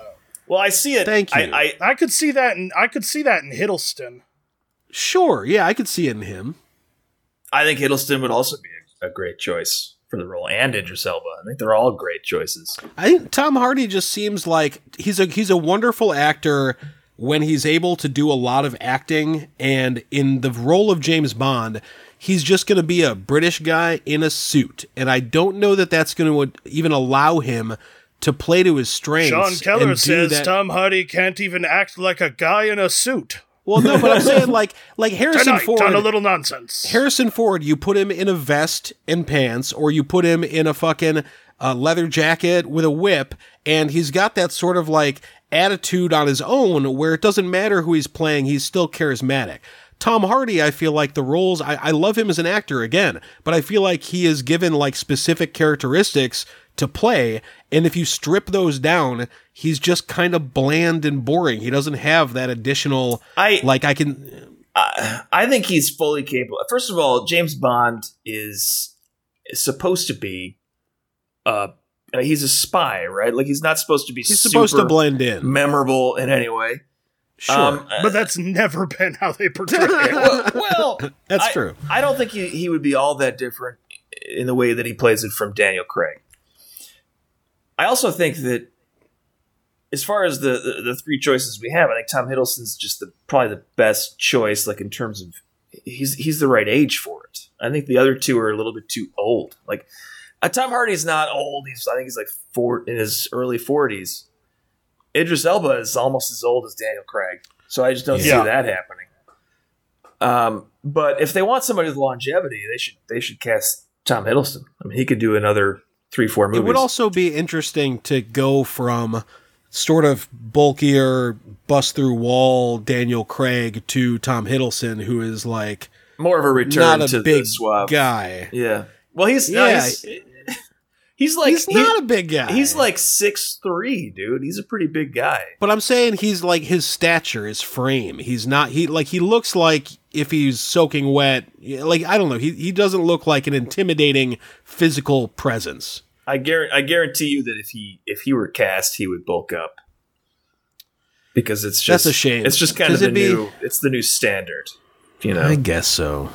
Well, I see it.
Thank you.
I, I,
I could see that in I could see that in Hiddleston.
Sure, yeah, I could see it in him.
I think Hiddleston would also be a, a great choice for the role, and Idris Elba. I think they're all great choices.
I think Tom Hardy just seems like he's a he's a wonderful actor when he's able to do a lot of acting and in the role of James Bond, he's just going to be a British guy in a suit and I don't know that that's going to even allow him to play to his strengths.
John Keller
and do
says
that-
Tom Hardy can't even act like a guy in a suit.
Well, no, but I'm saying like like Harrison
Tonight
Ford
on a little nonsense.
Harrison Ford, you put him in a vest and pants, or you put him in a fucking uh, leather jacket with a whip, and he's got that sort of like attitude on his own where it doesn't matter who he's playing, he's still charismatic. Tom Hardy, I feel like the roles, I, I love him as an actor again, but I feel like he is given like specific characteristics to play. And if you strip those down, he's just kind of bland and boring. He doesn't have that additional,
I-
like, I can,
I, I think he's fully capable. First of all, James Bond is, is supposed to be. Uh, uh, he's a spy, right? Like he's not supposed to be.
he's supposed to
super
blend in.
memorable in any way.
Sure.
Um, uh,
But that's never been how they portray him.
well,
That's
I-
true.
I don't think he, he would be all that different in the way that he plays it from Daniel Craig. I also think that as far as the, the, the three choices we have, I think Tom Hiddleston's just the probably the best choice, like in terms of he's he's the right age for it. I think the other two are a little bit too old. Like uh, Tom Hardy's not old. He's I think he's like four in his early forties. Idris Elba is almost as old as Daniel Craig, so I just don't
Yeah.
see that happening. Um, but if they want somebody with longevity, they should they should cast Tom Hiddleston. I mean, he could do another three four movies.
It would also be interesting to go from sort of bulkier, bust through wall Daniel Craig to Tom Hiddleston, who is like
more of a return
not
to
a
the
big
swab.
guy.
Yeah. Well, he's no,
Yeah.
he's, he's like
he's
he-
not a big guy.
he's like six three, dude. He's a pretty big guy.
but I'm saying he's like his stature, his frame. He's not he like he looks like if he's soaking wet. Like I don't know. He he doesn't look like an intimidating physical presence.
I guarantee I guarantee you that if he if he were cast, he would bulk up because it's
That's
just
a shame.
It's just kind of
'Cause
the
it'd be-
new it's the new standard, you know.
I guess so.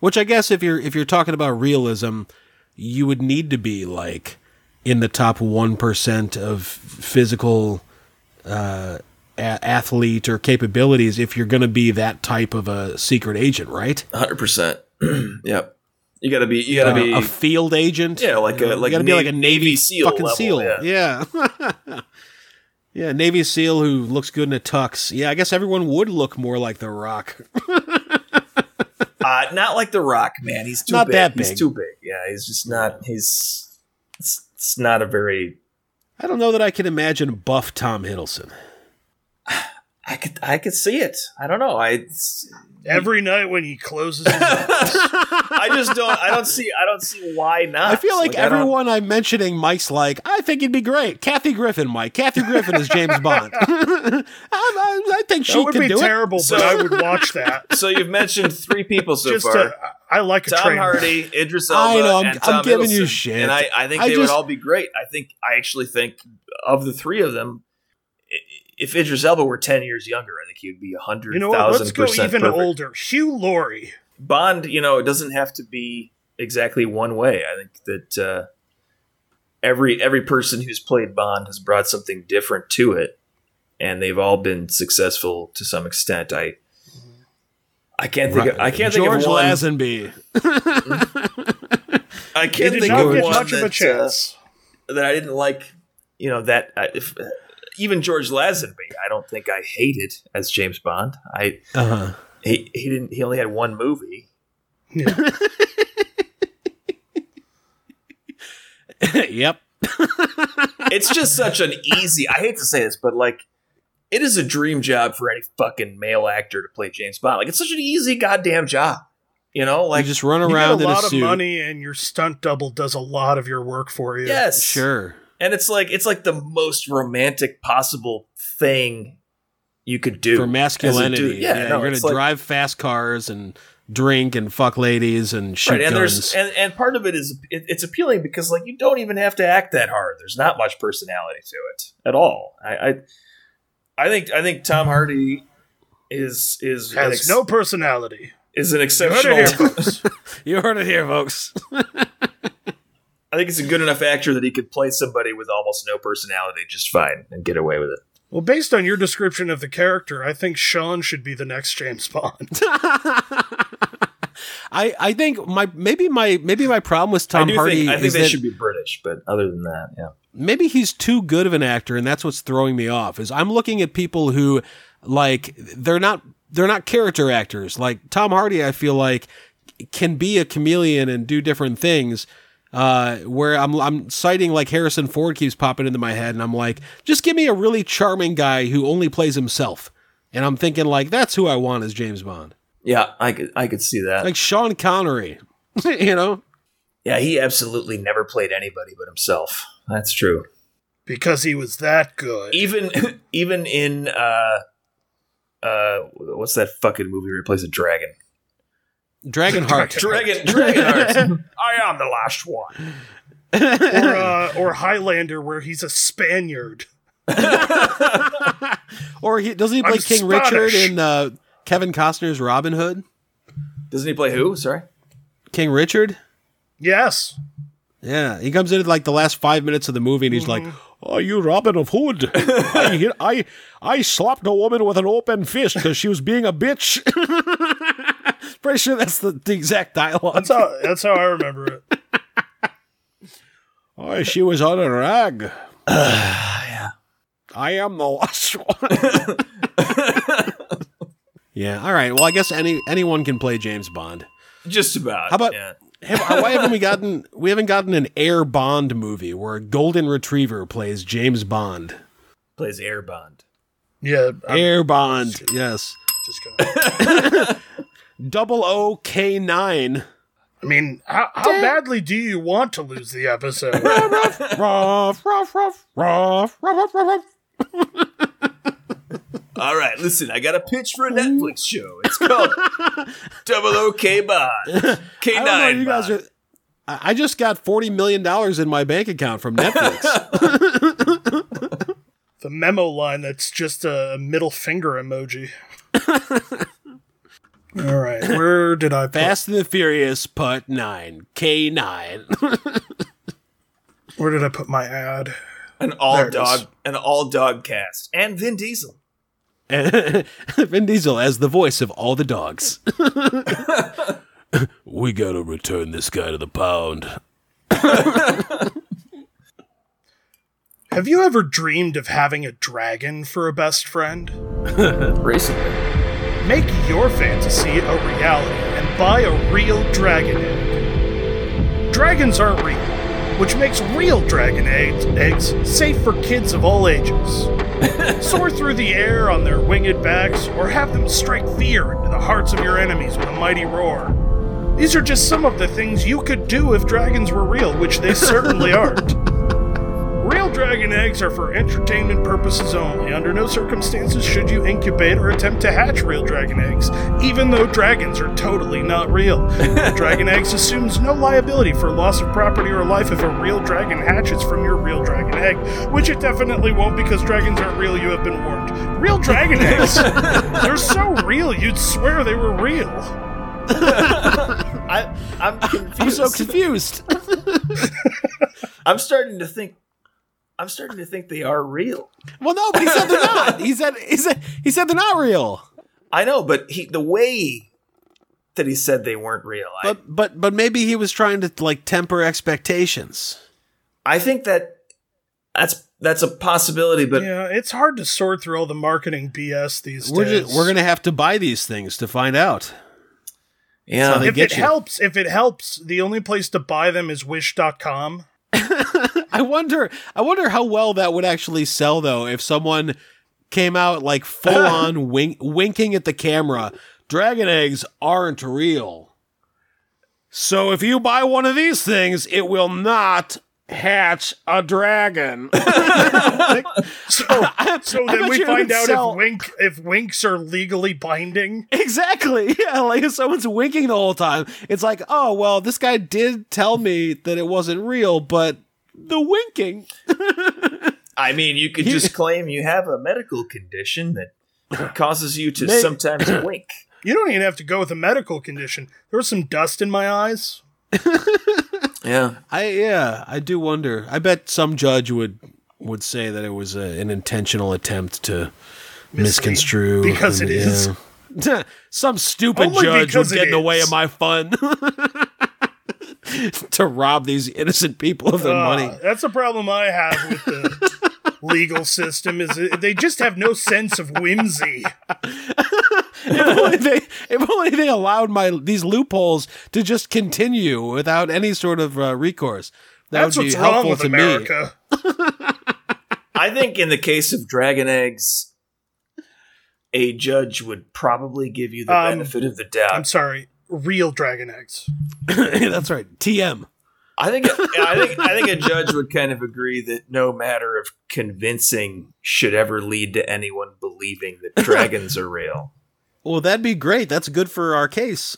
Which I guess if you're if you're talking about realism, you would need to be like in the top one percent of physical uh, a- athlete or capabilities if you're going to be that type of a secret agent, right?
Hundred percent. Yep. You gotta be. You gotta
Uh,
be.
a field agent.
yeah, like a like
you got to be
Na-
like a Navy
SEAL
fucking
level,
SEAL.
Yeah.
Yeah. Yeah, Navy SEAL who looks good in a tux. Yeah, I guess everyone would look more like The Rock.
Uh, not like The Rock, man. He's too
Not
big.
that big.
He's too big. Yeah, he's just not. He's it's, it's not a very.
I don't know that I can imagine buff Tom Hiddleston.
I could I could see it. I don't know. I it's-
Every night when he closes his eyes.
I just don't. I don't see. I don't see why not.
I feel like,
I don't-
everyone I'm mentioning, Mike's like, I think it'd be great. Kathy Griffin, Mike. Kathy Griffin is James Bond. I, I, I think
That
she
would
could
be
do
terrible,
So-
but I would watch that.
So you've mentioned three people so
Just
far:
to, I like a
Tom
train.
Hardy, Idris Elba,
I know, I'm-
and
I'm
Tom
giving you
Hiddleston.
shit.
And I, I think
I
they
just-
would all be great. I think I actually think of the three of them, i- if Idris Elba were ten years younger, I think he'd be a hundred.
You know what? Let's go
percent
even
perfect.
older. Hugh Laurie.
Bond, you know, it doesn't have to be exactly one way. I think that uh, every every person who's played Bond has brought something different to it, and they've all been successful to some extent. I I can't think. Of, I can't
George
think of one.
Lazenby.
I
He
can't
did
think
not
of
get
one
much
that,
of a chance.
uh, that I didn't like. You know that I, if, even George Lazenby, I don't think I hated as James Bond. I
Uh-huh.
he, he didn't. He only had one movie.
yep.
it's just such an easy i hate to say this but like it is a dream job for any fucking male actor to play james bond like it's such an easy goddamn job you know
Like
like
you just run
you
around
get a
in
lot
a
of
suit.
money, and your stunt double does a lot of your work for you.
yes
Sure.
and it's like it's like the most romantic possible thing you could do
For
as a
masculinity.
dude.
Yeah,
no,
you're gonna
it's like-
drive fast cars and drink and fuck ladies and shoot
Right, and
guns.
there's and, and part of it is it, it's appealing because like you don't even have to act that hard. There's not much personality to it at all. I I, I think I think Tom Hardy is is an
Has
ex-
no personality.
is
You heard
an
it
exceptional
here, folks.
you heard it here, folks.
I think it's a good enough actor that he could play somebody with almost no personality just fine and get away with it.
well, based on your description of the character, I think Sean should be the next James Bond.
I, I think my maybe my maybe my problem with Tom
I do
Hardy
think, I think
is
they
that
should be British, but other than that, yeah.
maybe he's too good of an actor and that's what's throwing me off is i'm looking at people who like they're not they're not character actors like tom hardy i feel like can be a chameleon and do different things uh, where I'm, I'm citing like Harrison Ford keeps popping into my head, and I'm like, just give me a really charming guy who only plays himself, and I'm thinking like that's who I want as James Bond,
Yeah, I could I could see that.
like Sean Connery, you know?
yeah, he absolutely never played anybody but himself. That's true.
because he was that good.
Even even in uh uh what's that fucking movie where he plays a dragon?
Dragonheart.
Dragon Dragonheart. I am the last one.
Or, uh, or Highlander, where he's a Spaniard.
Or he doesn't he play
I'm
King
Scottish.
Richard in uh, Kevin Costner's Robin Hood?
Doesn't he play who? Sorry.
King Richard?
Yes.
Yeah, he comes in at like the last five minutes of the movie and he's like, "Are you Robin of Hood? I, hit- I I slapped a woman with an open fist because she was being a bitch." Pretty sure that's the, the exact dialogue.
That's how, that's how I remember it.
Oh, she was on a rag. I am the last one. yeah. All right. Well, I guess any anyone can play James Bond.
Just about.
How about-
yeah.
Have, uh, why haven't we gotten we haven't gotten an Air Bond movie where a golden retriever plays James Bond?
plays Airbond?
Yeah. I'm
Air Bond, yes.
just gonna.
Double O K nine.
I mean, how, how badly do you want to lose the episode?
Ruff, ruff, ruff, ruff, ruff, ruff, ruff, ruff.
All right, listen, I got a pitch for a Netflix show. It's called Double OK Bond. K9.
I don't know. You guys
Bond.
are. I I just got forty million dollars in my bank account from Netflix.
the memo line that's just a middle finger emoji. All right, where did I put-
Fast and the Furious Part Nine K nine.
where did I put my ad?
an
There
all
it is.
dog an all dog cast. And Vin Diesel.
Vin Diesel as the voice of all the dogs. we gotta return this guy to the pound.
Have you ever dreamed of having a dragon for a best friend?
Recently.
Make your fantasy a reality and buy a real dragon egg. Dragons aren't real, which makes real dragon eggs, eggs safe for kids of all ages. Soar through the air on their winged backs, or have them strike fear into the hearts of your enemies with a mighty roar. These are just some of the things you could do if dragons were real, which they certainly aren't. Real dragon eggs are for entertainment purposes only. Under no circumstances should you incubate or attempt to hatch real dragon eggs, even though dragons are totally not real. dragon eggs assumes no liability for loss of property or life if a real dragon hatches from your real dragon egg, which it definitely won't because dragons aren't real. You have been warned. Real dragon eggs. They're so real, you'd swear they were real.
I, I'm confused.
I'm so confused.
I'm starting to think. I'm starting to think they are real.
well, no, but he said they're not. He said he said he said they're not real.
I know, but he the way that he said they weren't real. I,
But but but maybe he was trying to like temper expectations.
I think that that's that's a possibility. But
Yeah, it's hard to sort through all the marketing BS these
We're
days.
just, we're gonna have to buy these things to find out.
yeah,
they
if
get
it
you.
helps, if it helps, the only place to buy them is wish.com.
I wonder I wonder how well that would actually sell though if someone came out like full on wink, winking at the camera. Dragon eggs aren't real. So if you buy one of these things, it will not hatch a dragon.
So,
Oh, I
so then
bet
we
you it
find
would
out
sell-
if wink if winks are legally binding.
Exactly. Yeah, like if someone's winking the whole time, it's like, oh well, this guy did tell me that it wasn't real, but the winking.
I mean, you could just claim you have a medical condition that causes you to
May-
sometimes wink.
You don't even have to go with a medical condition. There was some dust in my eyes.
Yeah,
I yeah, I do wonder. I bet some judge would would say that it was a, an intentional attempt to misconstrue
because it is.
yeah. some stupid
Only
judge would
because it
get in the way
is.
of my fun. to rob these innocent people of their
Ah,
money.
That's a problem I have with the legal system is it- they just have no sense of whimsy.
if only they if only they allowed my these loopholes to just continue without any sort of uh, recourse. That
That's
would be
what's wrong
helpful
with
to me.
America.
I think in the case of dragon eggs, a judge would probably give you the
Um,
benefit of the
I'm
doubt.
sorry. Real dragon eggs.
That's right. TM.
I think I think I think a judge would kind of agree that no matter of convincing should ever lead to anyone believing that dragons are real.
Well, that'd be great. That's good for our case.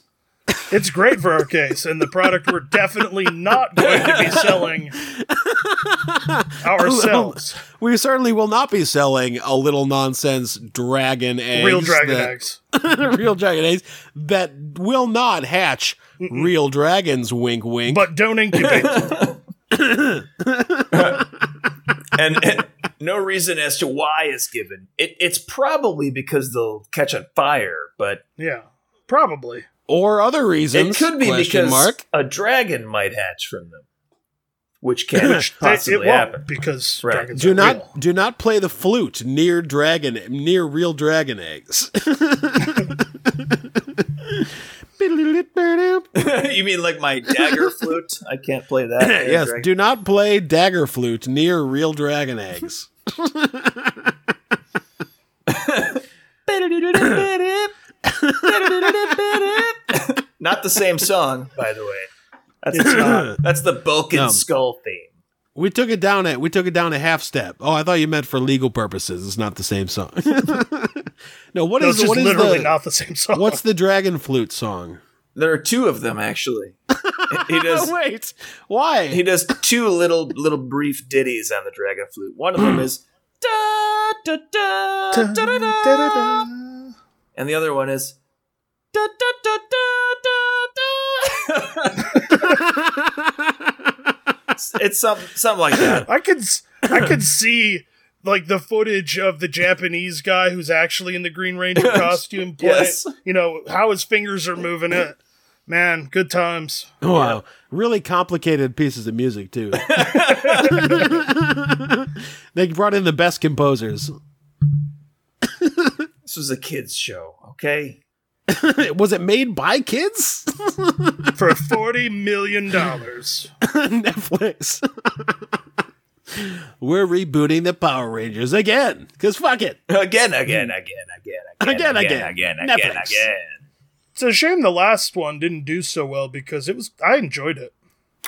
It's great for our case and the product we're definitely not going to be selling ourselves.
We certainly will not be selling a little nonsense dragon eggs.
Real dragon
that-
eggs.
real dragon eggs that will not hatch real dragons. Wink, wink.
But don't incubate.
and, and no reason as to why is given. It, it's probably because they'll catch on fire, but
yeah. Probably.
or other reasons.
it could be
question
because
mark.
a dragon might hatch from them, which can
They- it
possibly
won't
happen.
because
Right.
dragons
Do
are
not
real.
do not play the flute near dragon near real dragon eggs.
you mean like my dagger flute? I can't play that.
yes, do not play dagger flute near real dragon eggs.
Not the same song, by the way. That's not, that's the Balkan
No.
skull theme.
We took it down at we took it down a half step. Oh, I thought you meant for legal purposes. It's not the same song. no, what
No,
is
it's just
what is
literally
the
not the same song.
what's the dragon flute song?
There are two of them actually. He does
Wait, why?
he does two little little brief ditties on the dragon flute. One of them is da da da da da da, and the other one is da da da da da da. It's- It's some something like that.
I could s- I could see like the footage of the Japanese guy who's actually in the Green Ranger costume. play-
Yes.
You know how his fingers are moving. It. Man, good times.
Wow, really complicated pieces of music too. they brought in the best composers.
This was a kids show, okay?
Was it made by kids?
for forty million dollars.
Netflix. We're rebooting the Power Rangers again because fuck it.
Again, again, again, again, again,
Again, again.
again, again, again,
Netflix.
It's a shame the last one didn't do so well because it was I enjoyed it.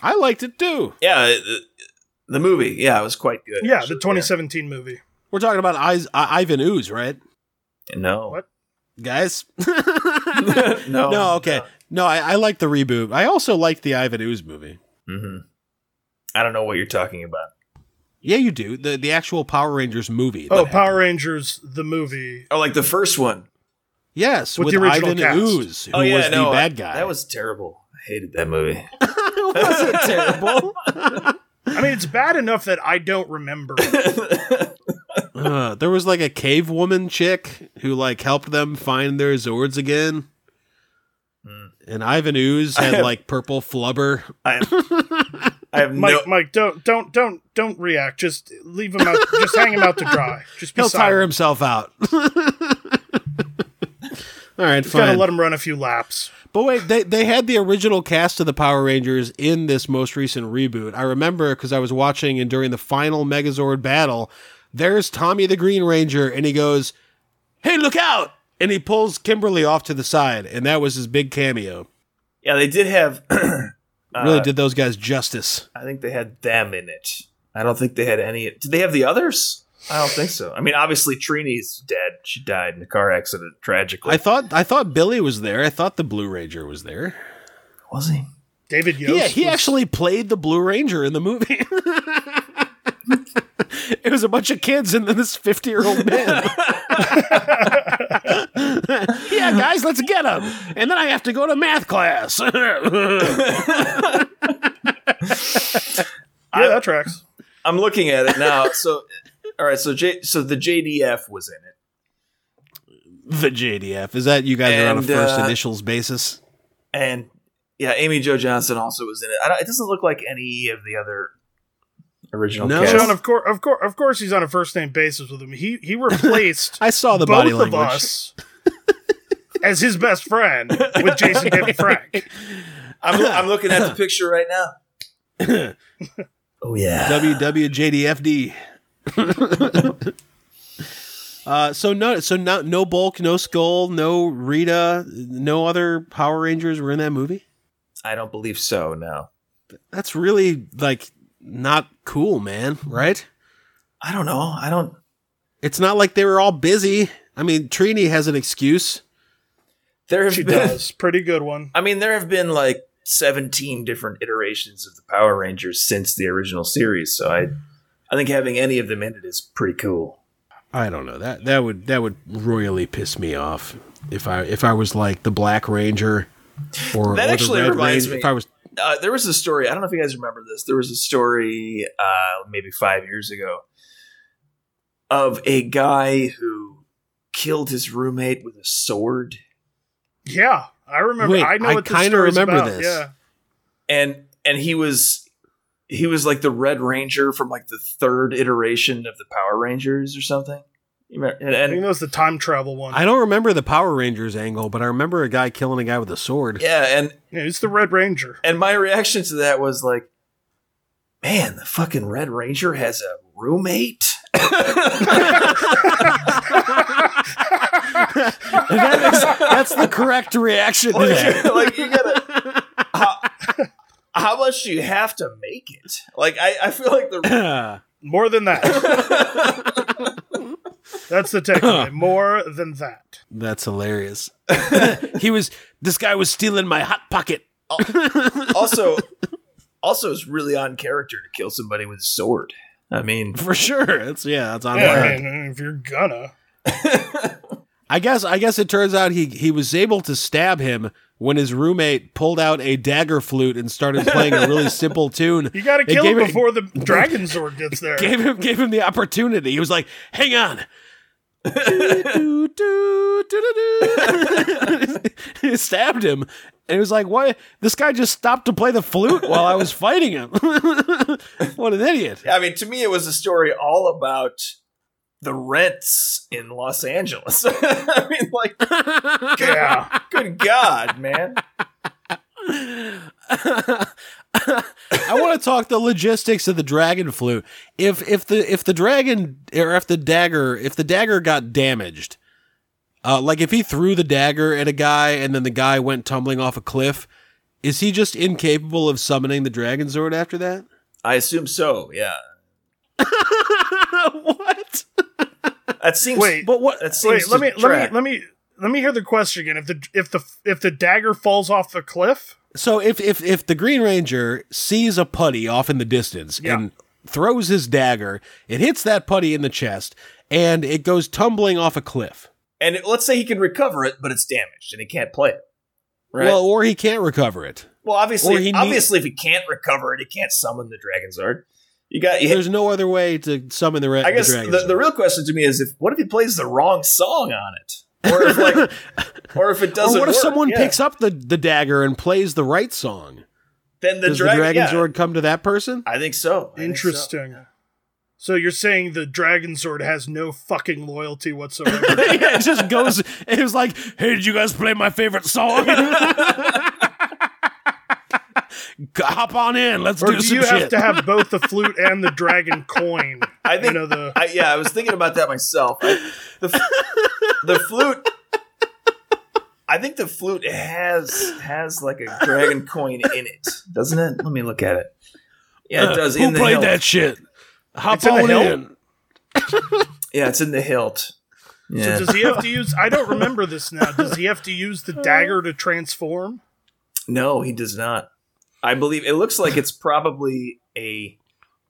I liked it too.
Yeah, the, the movie. Yeah, it was quite good.
Yeah,
actually,
the 2017 movie.
We're talking about I- I- Ivan Ooze, right,
yeah. No,
What?
guys?
no,
no, okay. No, I, I like the reboot. I also liked the Ivan Ooze movie.
Mm-hmm. hmm I don't know what you're talking about.
Yeah, you do. The the actual Power Rangers movie.
Oh,
that happened.
Power Rangers the movie.
Oh, like the first one.
Yes, with,
With the original
Ivan
cast.
Ooze, who
oh yeah,
was
no,
the bad
I-
guy.
That was terrible. I hated that movie.
was it terrible?
I mean, it's bad enough that I don't remember.
Uh, there was like a cave woman chick who like helped them find their Zords again.
Hmm.
And Ivan Ooze had like purple flubber.
I have
Mike,
no.
Mike, don't, don't, don't, don't react. Just leave him out. just hang him out to dry. Just be
He'll
silent.
tire himself out. All right,
Just gotta
fine.
let him run a few laps.
But wait, they, they had the original cast of the Power Rangers in this most recent reboot. I remember because I was watching, and during the final Megazord battle, there's Tommy the Green Ranger, and he goes, Hey, look out! And he pulls Kimberly off to the side, and that was his big cameo.
Yeah, they did have.
Really did those guys justice.
I think they had them in it. I don't think they had any. Did they have the others? I don't think so. I mean, obviously Trini's dead. She died in a car accident tragically.
I thought I thought Billy was there. I thought the Blue Ranger was there.
was he?
David Yost.
Yeah, he
was-
actually played the Blue Ranger in the movie. it was a bunch of kids and then this 50 year old man. yeah, guys, let's get him. And then I have to go to math class.
Yeah, that tracks.
I'm looking at it now. So, all right. So, J, so the JDF was in it.
the JDF. Is that you guys are on a
And,
first
uh,
initials basis?
and yeah, Amy Jo Johnson also was in it. I don't, it doesn't look like any of the other original
No.
cast.
John, of course, of course, of course, he's on a first name basis with him. He he replaced
I saw the
both
body
of
language.
us as his best friend with Jason David Frank.
I'm, I'm looking at the picture right now. oh yeah,
WWJDFD. uh, so no, so no, no bulk, no skull, no Rita, no other Power Rangers were in that movie.
I don't believe so. No,
That's really like not cool, man. Right?
I don't know. I don't.
It's not like they were all busy. I mean, Trini has an excuse.
There have
She
been.
does pretty good one.
I mean, there have been like 17 different iterations of the Power Rangers since the original series. So I, I think having any of them in it is pretty cool.
I don't know that that would that would royally piss me off if I if I was like the Black Ranger or
That
or the
actually
Red
reminds
Ranger.
me-
If I was
uh, there was a story. I don't know if you guys remember this. There was a story uh, maybe five years ago of a guy who killed his roommate with a sword,
Yeah, I remember.
Wait,
I know
I
what this
kinda
story's
remember
about.
this.
Yeah,
and and he was he was like the Red Ranger from like the third iteration of the Power Rangers or something. You remember- And,
I think
and
that was the time travel one.
I don't remember the Power Rangers angle, but I remember a guy killing a guy with a sword.
yeah, and
yeah, it's the Red Ranger.
and my reaction to that was like, man, the fucking Red Ranger has a roommate.
That is- that's the correct reaction to that.
like, like, you gotta how, how much do you have to make it like i, I feel like the
More than that. That's the takeaway. More than that.
That's hilarious. he was this guy was stealing my hot pocket.
also also is really on character to kill somebody with a sword i mean
For sure. That's yeah, that's on
Yeah,
brand.
I mean, if you're gonna,
I guess I guess it turns out he he was able to stab him when his roommate pulled out a dagger flute and started playing a really simple tune.
you gotta
It
kill him
gave it-
before the Dragon Zord gets there.
gave him gave him the opportunity. He was like, "Hang on." Do, do, do, do, do. he stabbed him, and he was like, "Why? This guy just stopped to play the flute while I was fighting him. what an idiot!"
i mean to me it was a story all about the rents in los angeles i mean like
yeah,
good god man
I want to talk the logistics of the dragon flute. If if the if the dragon or if the dagger if the dagger got damaged, uh, like if he threw the dagger at a guy and then the guy went tumbling off a cliff, is he just incapable of summoning the dragon sword after that?
i assume so yeah
what?
that seems
Wait,
But what?
that seems
wait. Let
to
me let
track.
me let me let me hear the question again. If the if the if the dagger falls off the cliff,
So if if if the Green Ranger sees a putty off in the distance
Yeah.
and throws his dagger. It hits that putty in the chest, and it goes tumbling off a cliff.
And it- let's say he can recover it, but it's damaged and he can't play it. Right.
Well,
Well,
or he can't recover it. or
obviously,
he need-
obviously, if he can't recover it, he can't summon the dragon's art. You got. You,
There's no other way to summon the, ra-
I guess
the
the,
dragon.
the, real question to me is if what if he plays the wrong song on it, or if like, or if it doesn't.
or what if
work?
someone
Yeah.
picks up the, the dagger and plays the right song?
then the,
Does
dragon,
the dragon's
yeah,
sword come to that person?
I think so. I think so.
Interesting. So you're saying the Dragon Sword has no fucking loyalty whatsoever.
yeah, it just goes. It was like, hey, did you guys play my favorite song? G- Hop on in. Let's
or
do
do
some
you have
shit.
to have both the flute and the dragon coin?
I think-
you know the
I, yeah, I was thinking about that myself. I, the, f- the flute. I think the flute has has like a dragon coin in it, doesn't it? Let me look at it. Yeah, it does.
Uh, Who
in the
played
hilt.
that shit? Hop
It's in the
on
hilt?
in.
Yeah, it's in the hilt. Yeah.
So does he have to use? I don't remember this now. Does he have to use the dagger to transform?
no, he does not. I believe it looks like it's probably a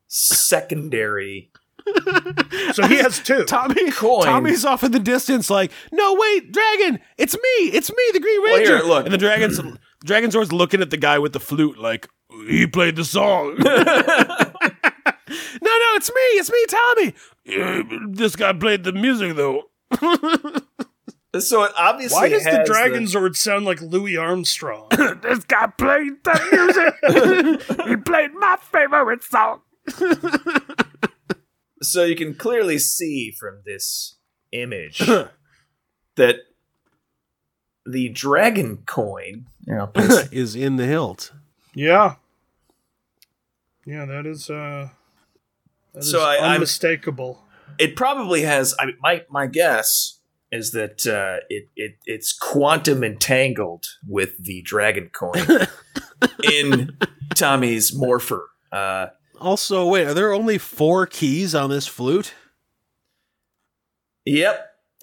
secondary.
So he has two.
Tommy,
Coin.
Tommy's off in the distance, like, no, wait, dragon, it's me, it's me, the Green
Well,
Ranger.
here, look.
And the dragon's dragon sword's looking at the guy with the flute, like he played the song. no, no, it's me, it's me, Tommy. "Yeah, This guy played the music though.
So it obviously
Why does the
has
dragon sword sound like Louis Armstrong?
this guy played the music. he played my favorite song.
so you can clearly see from this image that the dragon coin Here, I'll place-
Is in the hilt.
Yeah. Yeah, that is uh that is
So I- I'm-
unmistakable.
it probably has I my my guess is that uh, it, it it's quantum entangled with the dragon coin in Tommy's morpher uh,
Also, wait, are there only four keys on this flute?
yep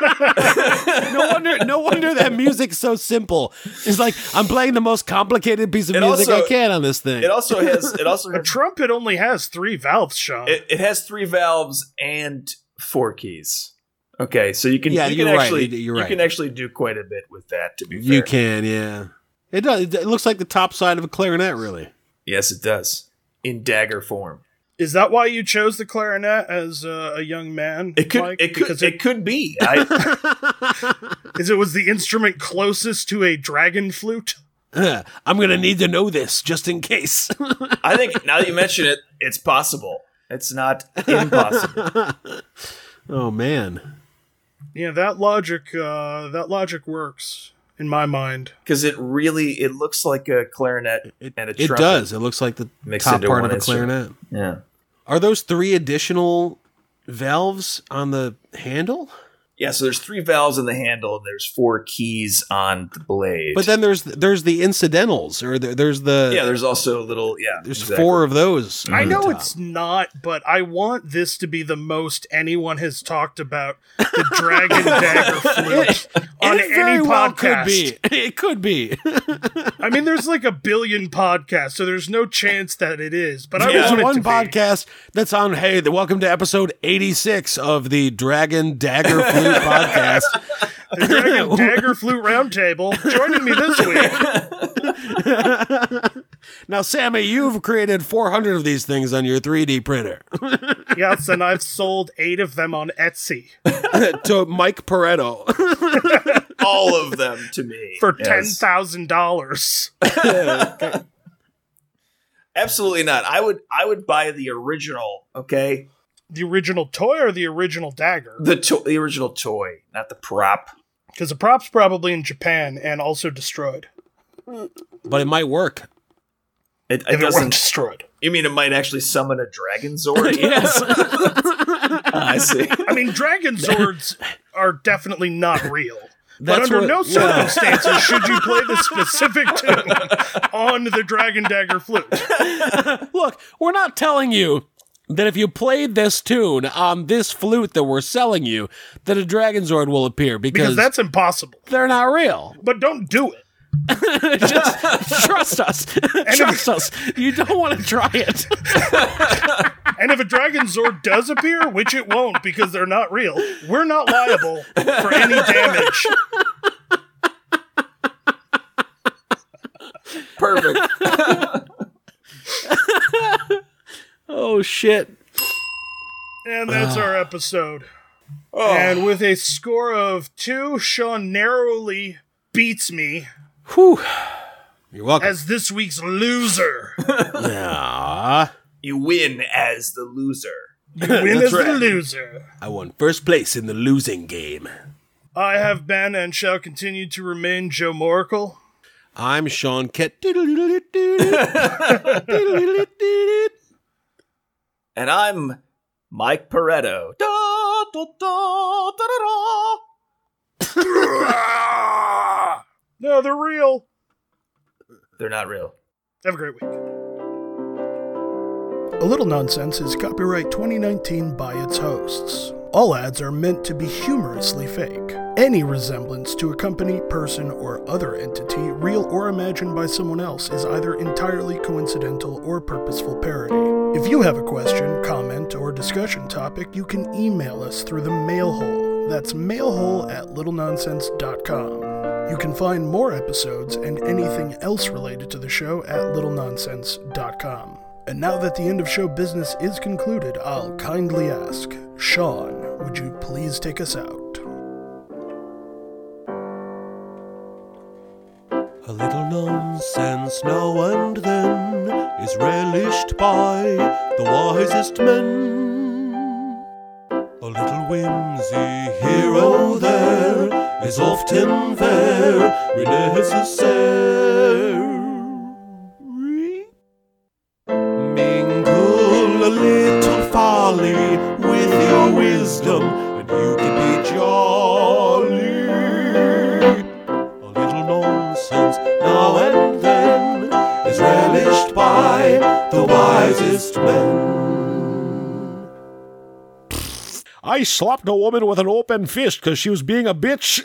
No wonder, no wonder that music's so simple. It's like I'm playing the most complicated piece of
It
music
also-
I can on this thing.
it also has it also
A
has,
trumpet only has three valves, Sean.
it, it has three valves and four keys okay so you can
Yeah,
you
you're
can
right.
actually
You- you're
you
right.
can actually do quite a bit with that to be fair
you can, yeah. It does. It looks like the top side of a clarinet, really.
yes it does in dagger form
Is that why you chose the clarinet as uh, a young man?
it could
Mike?
it could
because
it, could be I,
is it was the instrument closest to a dragon flute?
Huh, I'm gonna need to know this just in case.
I think now that you mention it, it's possible. It's not impossible.
oh man,
Yeah, that logic uh that logic works in my mind.
Because it really it looks like a clarinet and a
it
trumpet.
does. It looks like the
Mixed
top
into
part
one
of a
instrument.
clarinet.
Yeah.
Are those three additional valves on the handle?
Yeah, so there's three valves in the handle and there's four keys on the blade.
But then there's there's the incidentals, or there, there's the
Yeah, there's also a little yeah.
there's
exactly.
four of those.
I
on the
know
top.
it's not, but I want this to be the most anyone has talked about the dragon dagger flute on
it very
any podcast.
well could be. It could be.
I mean, there's like a billion podcasts, so there's no chance that it is. But I
Yeah.
There's
want it
one
to be.
podcast that's on. Hey, the welcome to episode 86 of the Dragon Dagger Flute podcast.
The Dragon Dagger Flute Roundtable. Joining me this week,
Now, Sammy, you've created 400 of these things on your 3D printer.
yes, and I've sold eight of them on Etsy
to Mike Pareto.
all of them to me.
for
Yes.
ten thousand dollars.
Absolutely not. I would I would buy the original, okay?
The original toy or the original dagger?
The to- the original toy, not the prop.
Because the prop's probably in Japan and also destroyed.
but it might work.
It, it
If it weren't
doesn't
destroyed,
You mean it might actually summon a dragon zord?
Yes.
I see.
I mean, dragon swords are definitely not real. but
That's
under
what-
no
yeah.
circumstances should you play the specific tune on the dragon dagger flute.
Look, we're not telling you that if you played this tune on this flute that we're selling you, that a Dragonzord will appear because,
because that's impossible.
they're not real.
But don't do it.
Just trust us. trust us. You don't want to try it.
And if a Dragon Zord does appear, which it won't because they're not real, we're not liable for any damage.
Perfect.
Oh shit.
And that's our episode. And with a score of two, Sean narrowly beats me
Whew.
You're welcome.
as this week's loser.
Nah,
you win as the loser.
You win as the
right.
loser.
I won first place in the losing game.
I have been and shall continue to remain Joe Moracle.
I'm Sean Kett.
And I'm Mike Pareto. Da, da, da, da, da, da.
No, they're real.
They're not real.
Have a great week. A Little Nonsense is copyright 2019 by its hosts. All ads are meant to be humorously fake. Any resemblance to a company, person, or other entity, real or imagined by someone else, is either entirely coincidental or purposeful parody. If you have a question, comment, or discussion topic, you can email us through the mail hole. That's mailhole at littlenonsense.com. You can find more episodes and anything else related to the show at littlenonsense.com. And now that the end of show business is concluded, I'll kindly ask Sean, would you please take us out?
A little nonsense now and then is relished by the wisest men. A little whimsy here or there is often very necessary. Mingle a little folly with your wisdom, and you can be jolly. A little nonsense now and then is relished by the wisest men.
I slapped a woman with an open fist because she was being a bitch.